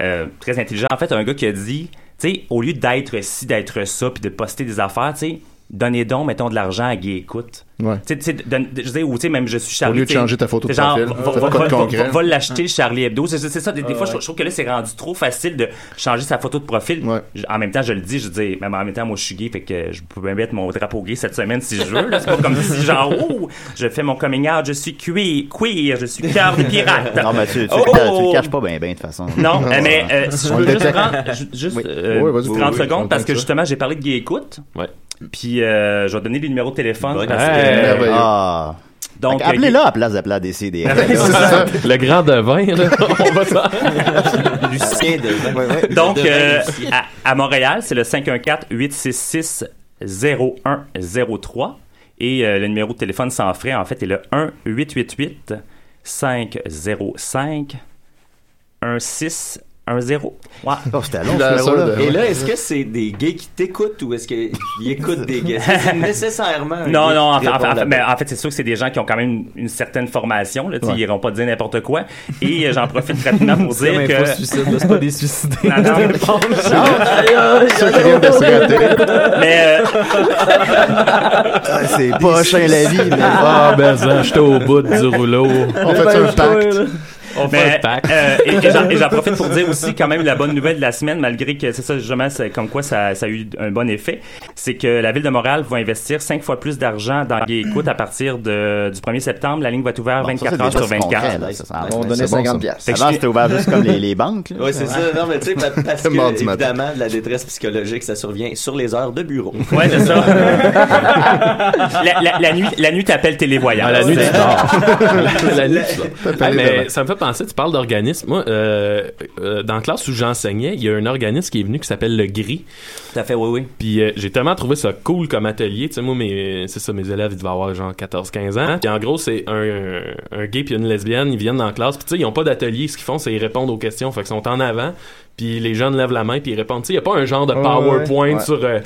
[SPEAKER 6] euh, très intelligent. En fait, un gars qui a dit, tu sais, au lieu d'être ci, d'être ça, puis de poster des affaires, tu sais, donnez donc, mettons, de l'argent à Gay Écoute.
[SPEAKER 3] Ouais.
[SPEAKER 6] Tu sais, tu sais, donne- je veux dire, ou tu sais, même je suis Charlie.
[SPEAKER 3] lieu de
[SPEAKER 6] tu sais,
[SPEAKER 3] changer ta photo de
[SPEAKER 6] c'est genre,
[SPEAKER 3] profil,
[SPEAKER 6] va-
[SPEAKER 3] fais pas
[SPEAKER 6] va-
[SPEAKER 3] de
[SPEAKER 6] va- va-
[SPEAKER 3] concret.
[SPEAKER 6] va- va l'acheter le Charlie Hebdo. C'est c'est ça. Des, des fois, je, je trouve que là, c'est rendu trop facile de changer sa photo de profil.
[SPEAKER 3] Ouais.
[SPEAKER 6] Je- En même temps, je le dis, je dis, même en même temps, moi, je suis gay, fait que je peux bien mettre mon drapeau gay cette semaine si je veux. là. C'est pas comme si, genre, oh, je fais mon coming out, je suis queer, queer je suis cœur de pirate.
[SPEAKER 1] Non, mais tu, tu,
[SPEAKER 6] Oh!
[SPEAKER 1] tu le caches pas bien, bien, de toute façon. Ah.
[SPEAKER 6] Non, euh, mais euh, si je
[SPEAKER 3] On
[SPEAKER 6] peux
[SPEAKER 3] le
[SPEAKER 6] juste
[SPEAKER 3] détecte.
[SPEAKER 6] prendre ju- juste, euh,
[SPEAKER 3] Oui, vas-y,
[SPEAKER 6] 30
[SPEAKER 3] oui,
[SPEAKER 6] secondes,
[SPEAKER 3] oui,
[SPEAKER 6] parce que
[SPEAKER 3] ça.
[SPEAKER 6] justement, j'ai parlé de gay écoute.
[SPEAKER 4] Ouais.
[SPEAKER 6] Puis euh, je vais donner les numéros de téléphone. parce
[SPEAKER 4] Hey.
[SPEAKER 6] que-
[SPEAKER 3] Merveilleux.
[SPEAKER 1] Ah.
[SPEAKER 6] donc, euh,
[SPEAKER 1] Appelez-la à place d'appeler à décider.
[SPEAKER 4] Le grand devin, là, on va s'en-
[SPEAKER 2] Lucien de.
[SPEAKER 6] Donc,
[SPEAKER 2] Devin
[SPEAKER 6] euh,
[SPEAKER 2] Lucien.
[SPEAKER 6] à, à Montréal, c'est le 514-866-0103. Et euh, le numéro de téléphone sans frais, en fait, est le 1-888-505-1610. Ouais.
[SPEAKER 1] Oh, c'était long,
[SPEAKER 3] La
[SPEAKER 1] ce
[SPEAKER 3] seule
[SPEAKER 1] numéro-là.
[SPEAKER 3] de-
[SPEAKER 2] Et là, est-ce que c'est des gays qui t'écoutent ou est-ce qu'ils écoutent des gays? Est-ce que C'est nécessairement. un gay
[SPEAKER 6] Non, Oh non, en
[SPEAKER 2] qui
[SPEAKER 6] fait, en
[SPEAKER 2] répond
[SPEAKER 6] fait-
[SPEAKER 2] à la-
[SPEAKER 6] mais en fait, c'est sûr que c'est des gens qui ont quand même une, une certaine formation. Là, tu sais, Ils n'iront pas dire n'importe quoi. Et euh, j'en profite rapidement pour
[SPEAKER 7] C'est
[SPEAKER 6] dire
[SPEAKER 7] comme info
[SPEAKER 6] que...
[SPEAKER 7] suicide, là, c'est pas des suicidés.
[SPEAKER 6] Non, non,
[SPEAKER 3] Ceux qui viennent de se rater.
[SPEAKER 6] mais euh,
[SPEAKER 1] Ah, C'est poche, hein, la vie, mais.
[SPEAKER 4] Ah, ben ça, j'étais au bout du rouleau.
[SPEAKER 3] On fait un pacte.
[SPEAKER 4] On fait
[SPEAKER 6] Mais,
[SPEAKER 4] un pacte.
[SPEAKER 6] euh, et, et j'en- et j'en profite pour dire aussi quand même la bonne nouvelle de la semaine, malgré que c'est ça justement c'est comme quoi ça, ça a eu un bon effet, c'est que la ville de Montréal va investir cinq fois plus d'argent dans les écoutes euh, à partir de, du 1er septembre. La ligne va être ouverte
[SPEAKER 1] Bon, ça,
[SPEAKER 6] 24
[SPEAKER 1] c'est
[SPEAKER 6] heures
[SPEAKER 1] déjà
[SPEAKER 6] sur 24.
[SPEAKER 1] concret, là, ça, ça avance.
[SPEAKER 9] On
[SPEAKER 1] Ouais,
[SPEAKER 9] donnait
[SPEAKER 1] c'est bon,
[SPEAKER 9] 50
[SPEAKER 1] ça.
[SPEAKER 9] pièces.
[SPEAKER 1] Avant, c'était ouvert juste comme les, les banques. là.
[SPEAKER 2] Ouais, c'est ça. Non, mais tu sais, pa- parce que,
[SPEAKER 3] Mardi matin.
[SPEAKER 2] évidemment, de la détresse psychologique, ça survient sur les heures de bureau.
[SPEAKER 6] Ouais, c'est ça. la, la- la nuit, la nuit t'appelles télévoyant.
[SPEAKER 4] Ah, la nuit,
[SPEAKER 6] C'est-
[SPEAKER 4] tu dors. la nuit, tu dors.
[SPEAKER 3] T'as
[SPEAKER 4] Hey,
[SPEAKER 3] parlé
[SPEAKER 4] mais
[SPEAKER 3] de-
[SPEAKER 4] ça me fait penser, tu parles d'organisme. Moi, euh, euh, dans la classe où j'enseignais, il y a un organisme qui est venu qui s'appelle le Gris.
[SPEAKER 6] Tout à fait, oui, oui.
[SPEAKER 4] Puis euh, j'ai tellement trouvé ça cool comme atelier. Tu sais, moi, mes, c'est ça, mes élèves, ils devaient avoir genre 14-15 ans. Puis en gros, c'est un, un gay puis une lesbienne, ils viennent dans la classe. Puis tu sais, ils ont pas d'atelier. Ce qu'ils font, c'est ils répondent aux questions. Fait qu'ils sont en avant. Puis les jeunes lèvent la main puis ils répondent. Tu sais, il y a pas un genre de PowerPoint
[SPEAKER 3] ouais.
[SPEAKER 4] sur euh,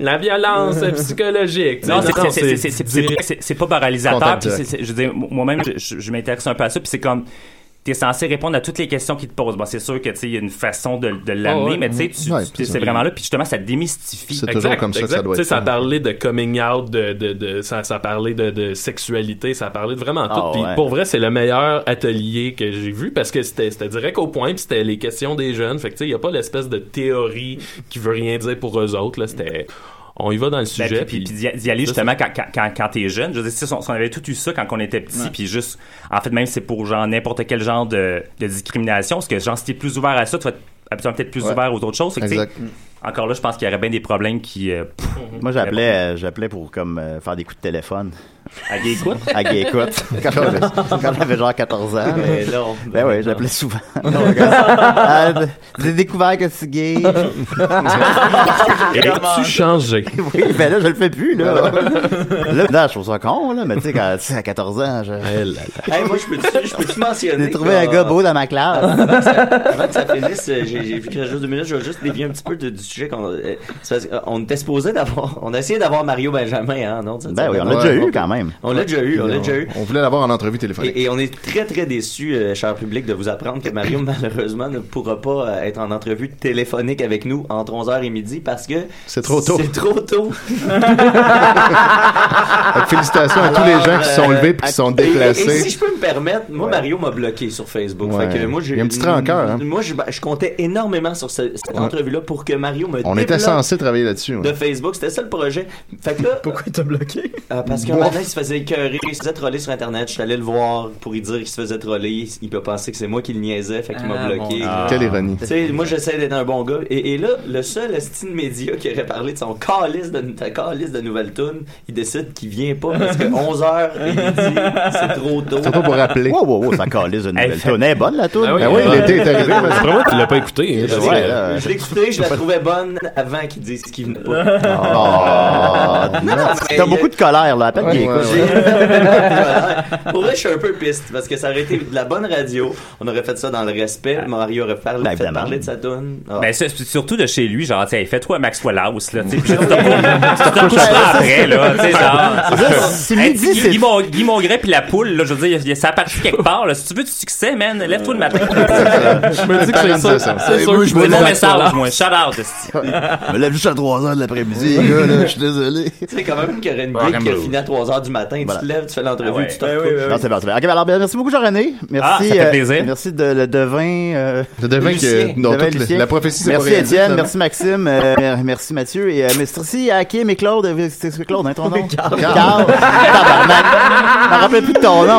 [SPEAKER 4] la violence psychologique. Tu sais,
[SPEAKER 6] Non, c'est- c'est- c'est- c'est- c'est-
[SPEAKER 4] direct.
[SPEAKER 6] c'est- c'est- c'est pas paralisateur.
[SPEAKER 3] Contact
[SPEAKER 6] puis
[SPEAKER 3] direct.
[SPEAKER 6] c'est- c'est- Je veux dire, mo- moi-même, je- je, je m'intéresse un peu à ça. Puis c'est comme, t'es censé répondre à toutes les questions qu'ils te posent. Bon, c'est sûr que tu sais, il y a une façon de, de l'amener,
[SPEAKER 4] Ah ouais.
[SPEAKER 6] mais tu sais, tu-
[SPEAKER 3] Ouais,
[SPEAKER 6] tu-
[SPEAKER 3] puis
[SPEAKER 6] c'est
[SPEAKER 3] ça-
[SPEAKER 6] vraiment là. Puis justement, ça démystifie.
[SPEAKER 3] C'est toujours comme ça que ça doit
[SPEAKER 4] Tu
[SPEAKER 3] être.
[SPEAKER 4] sais,
[SPEAKER 3] hein.
[SPEAKER 4] ça
[SPEAKER 3] fait.
[SPEAKER 4] parlait de coming out, de, de, de- ça, ça parlait de, de sexualité, ça parlait de vraiment tout.
[SPEAKER 1] Ah
[SPEAKER 4] Puis
[SPEAKER 1] ouais.
[SPEAKER 4] pour vrai, c'est le meilleur atelier que j'ai vu parce que c'était c'était direct au point, puis c'était les questions des jeunes. Fait que tu sais, il n'y a pas l'espèce de théorie qui veut rien dire pour eux autres. Là, c'était. On y va dans le
[SPEAKER 6] Ben,
[SPEAKER 4] sujet.
[SPEAKER 6] puis,
[SPEAKER 4] puis-
[SPEAKER 6] puis, puis d'y d'y aller
[SPEAKER 4] Ça,
[SPEAKER 6] justement quand, quand, quand, quand t'es jeune. Je veux dire, si on, si on avait tout eu ça quand on était petit, puis juste, en fait, même si c'est pour genre n'importe quel genre de, de discrimination, parce que genre, si t'es plus ouvert à ça, tu vas être absolument peut-être plus
[SPEAKER 3] Ouais.
[SPEAKER 6] ouvert aux autres choses. Fait que, tu sais,
[SPEAKER 3] Exact.
[SPEAKER 6] encore là, je pense qu'il y aurait bien des problèmes qui. Euh, pff,
[SPEAKER 1] Moi, j'appelais euh, j'appelais pour comme euh, faire des coups de téléphone
[SPEAKER 6] à gay écoute.
[SPEAKER 1] à Gay Écoute quand j'avais quand j'avais genre 14 ans. mais-
[SPEAKER 2] Mais là, on-
[SPEAKER 1] Ben oui, j'appelais souvent. Ah, J'ai découvert que c'est gay.
[SPEAKER 4] Et tu changé.
[SPEAKER 1] Oui, ben là, je le fais plus, là. Là, non, je trouve ça con, là, mais tu sais, quand tu sais, à 14 ans, je-
[SPEAKER 2] Hey, moi, je peux-tu je peux mentionner.
[SPEAKER 1] j'ai trouvé un
[SPEAKER 2] que-
[SPEAKER 1] gars beau dans ma classe.
[SPEAKER 2] Avant que ça finisse, euh, j'ai j'ai vu que reste juste deux minutes, je vais juste dévier un petit peu de- du sujet qu'on euh, c'est parce que, euh, on était supposé d'avoir on a essayé d'avoir Mario Benjamin hein non
[SPEAKER 1] Ben oui, on l'a
[SPEAKER 3] Ouais,
[SPEAKER 1] déjà
[SPEAKER 3] on
[SPEAKER 1] eu
[SPEAKER 3] peut-
[SPEAKER 1] quand même.
[SPEAKER 2] on l'a déjà eu on l'a déjà eu
[SPEAKER 3] On voulait l'avoir en entrevue téléphonique.
[SPEAKER 2] et, et on est très très déçus, euh, cher public, de vous apprendre que Mario malheureusement ne pourra pas euh, être en entrevue téléphonique avec nous entre 11h et midi parce que
[SPEAKER 3] C'est trop tôt.
[SPEAKER 2] C'est trop tôt.
[SPEAKER 3] Fait que Félicitations à tous les gens qui se sont
[SPEAKER 2] euh,
[SPEAKER 3] levés et qui se sont
[SPEAKER 2] Et, et
[SPEAKER 3] déplacés.
[SPEAKER 2] si je peux me permettre, moi Mario m'a bloqué sur Facebook.
[SPEAKER 3] Ouais.
[SPEAKER 2] Fait que moi, j'ai-
[SPEAKER 3] Il y a un petit rancœur, hein.
[SPEAKER 2] Moi je, je comptais énormément sur ce- cette entrevue-là pour que Mario me
[SPEAKER 3] On était
[SPEAKER 2] débloque
[SPEAKER 3] censé travailler là-dessus. ouais.
[SPEAKER 2] de Facebook, c'était ça le projet. Fait que là,
[SPEAKER 7] Pourquoi t'as bloqué?
[SPEAKER 2] euh, parce qu'un matin, il se faisait écœurer, il se faisait troller sur Internet. Je suis allé le voir pour lui dire qu'il se faisait troller. Il peut penser que c'est moi qui le niaisais, fait qu'il m'a
[SPEAKER 7] Ah,
[SPEAKER 2] bloqué.
[SPEAKER 7] mon-
[SPEAKER 3] Quelle ironie.
[SPEAKER 2] Tu sais, moi j'essaie d'être un bon gars. Et, et là, le seul style média qui aurait parlé de son calice de, de, calice de nouvelle tune, il décide qu'il vient pas parce que 11h et midi, c'est trop tôt.
[SPEAKER 3] Surtout pour rappeler.
[SPEAKER 1] Wow, wow, wow, ça calisse une nouvelle
[SPEAKER 6] fait-
[SPEAKER 1] toune. Elle est bonne, la toune.
[SPEAKER 4] Ah oui,
[SPEAKER 3] Ah oui, l'été est arrivé. mais-
[SPEAKER 4] Vraiment, tu l'as pas écouté. hein,
[SPEAKER 1] Ben
[SPEAKER 4] parce
[SPEAKER 1] ouais,
[SPEAKER 4] que-
[SPEAKER 1] là.
[SPEAKER 2] Je l'ai écouté, je la trouvais bonne avant qu'ils disent qu'il venait pas.
[SPEAKER 1] Ah,
[SPEAKER 2] Non, non, mais
[SPEAKER 1] T'as
[SPEAKER 2] il-
[SPEAKER 1] beaucoup de colère, là. À peine
[SPEAKER 3] Ouais,
[SPEAKER 1] qu'il
[SPEAKER 3] ouais,
[SPEAKER 1] écoute.
[SPEAKER 3] ouais.
[SPEAKER 2] J'ai- Voilà. Pour vrai, je suis un peu piste parce que ça aurait été de la bonne radio. On aurait fait ça dans le respect. Mario aurait parlé,
[SPEAKER 1] Ben,
[SPEAKER 2] fait
[SPEAKER 1] évidemment.
[SPEAKER 2] parler de sa toune. Ah.
[SPEAKER 6] Ben, c'est- c'est surtout de chez lui, genre, tiens, fais-toi Maxwell House, là, tu sais, puis tu te recou- tu te recoucheras après, là, tu sais, genre.
[SPEAKER 1] Si
[SPEAKER 6] Hey,
[SPEAKER 1] midi,
[SPEAKER 6] Guy-
[SPEAKER 1] c'est
[SPEAKER 6] Guy Mon- Guy Mongrain pis la poule, là, je veux dire, y a- ça a parti quelque part, là. Si tu veux du succès, man, lève-toi le matin.
[SPEAKER 3] Je me dis que c'est ça. ça.
[SPEAKER 6] C'est mon message, moi. Shout out, esti.
[SPEAKER 1] Je me lève juste à 3h de l'après-midi, les gars, là, je suis désolé.
[SPEAKER 2] Tu sais, quand même qu'il y aurait une gig qui a fini à 3h du matin.
[SPEAKER 1] Voilà.
[SPEAKER 2] Tu te lèves, tu fais l'entrevue,
[SPEAKER 6] Ah ouais.
[SPEAKER 2] tu te recouches.
[SPEAKER 1] Non, c'est parfait. Ok, ben alors, ben, merci beaucoup, Jean-René. Merci.
[SPEAKER 6] Ah, ça fait
[SPEAKER 1] euh,
[SPEAKER 6] plaisir.
[SPEAKER 1] merci de le devin. euh,
[SPEAKER 3] Je devins
[SPEAKER 2] Lucien.
[SPEAKER 3] que dans
[SPEAKER 1] devin
[SPEAKER 3] toute
[SPEAKER 1] Lucien.
[SPEAKER 3] la- la prophétie, c'est pas
[SPEAKER 1] Merci,
[SPEAKER 3] réalisé,
[SPEAKER 1] Étienne.
[SPEAKER 3] finalement.
[SPEAKER 1] Merci, Maxime. euh, mer- merci, Mathieu. Et euh, merci à Kim et Claude. euh, C'est c'est Claude, hein, ton nom? Carl. Tabarnak. Je me rappelle plus de ton nom.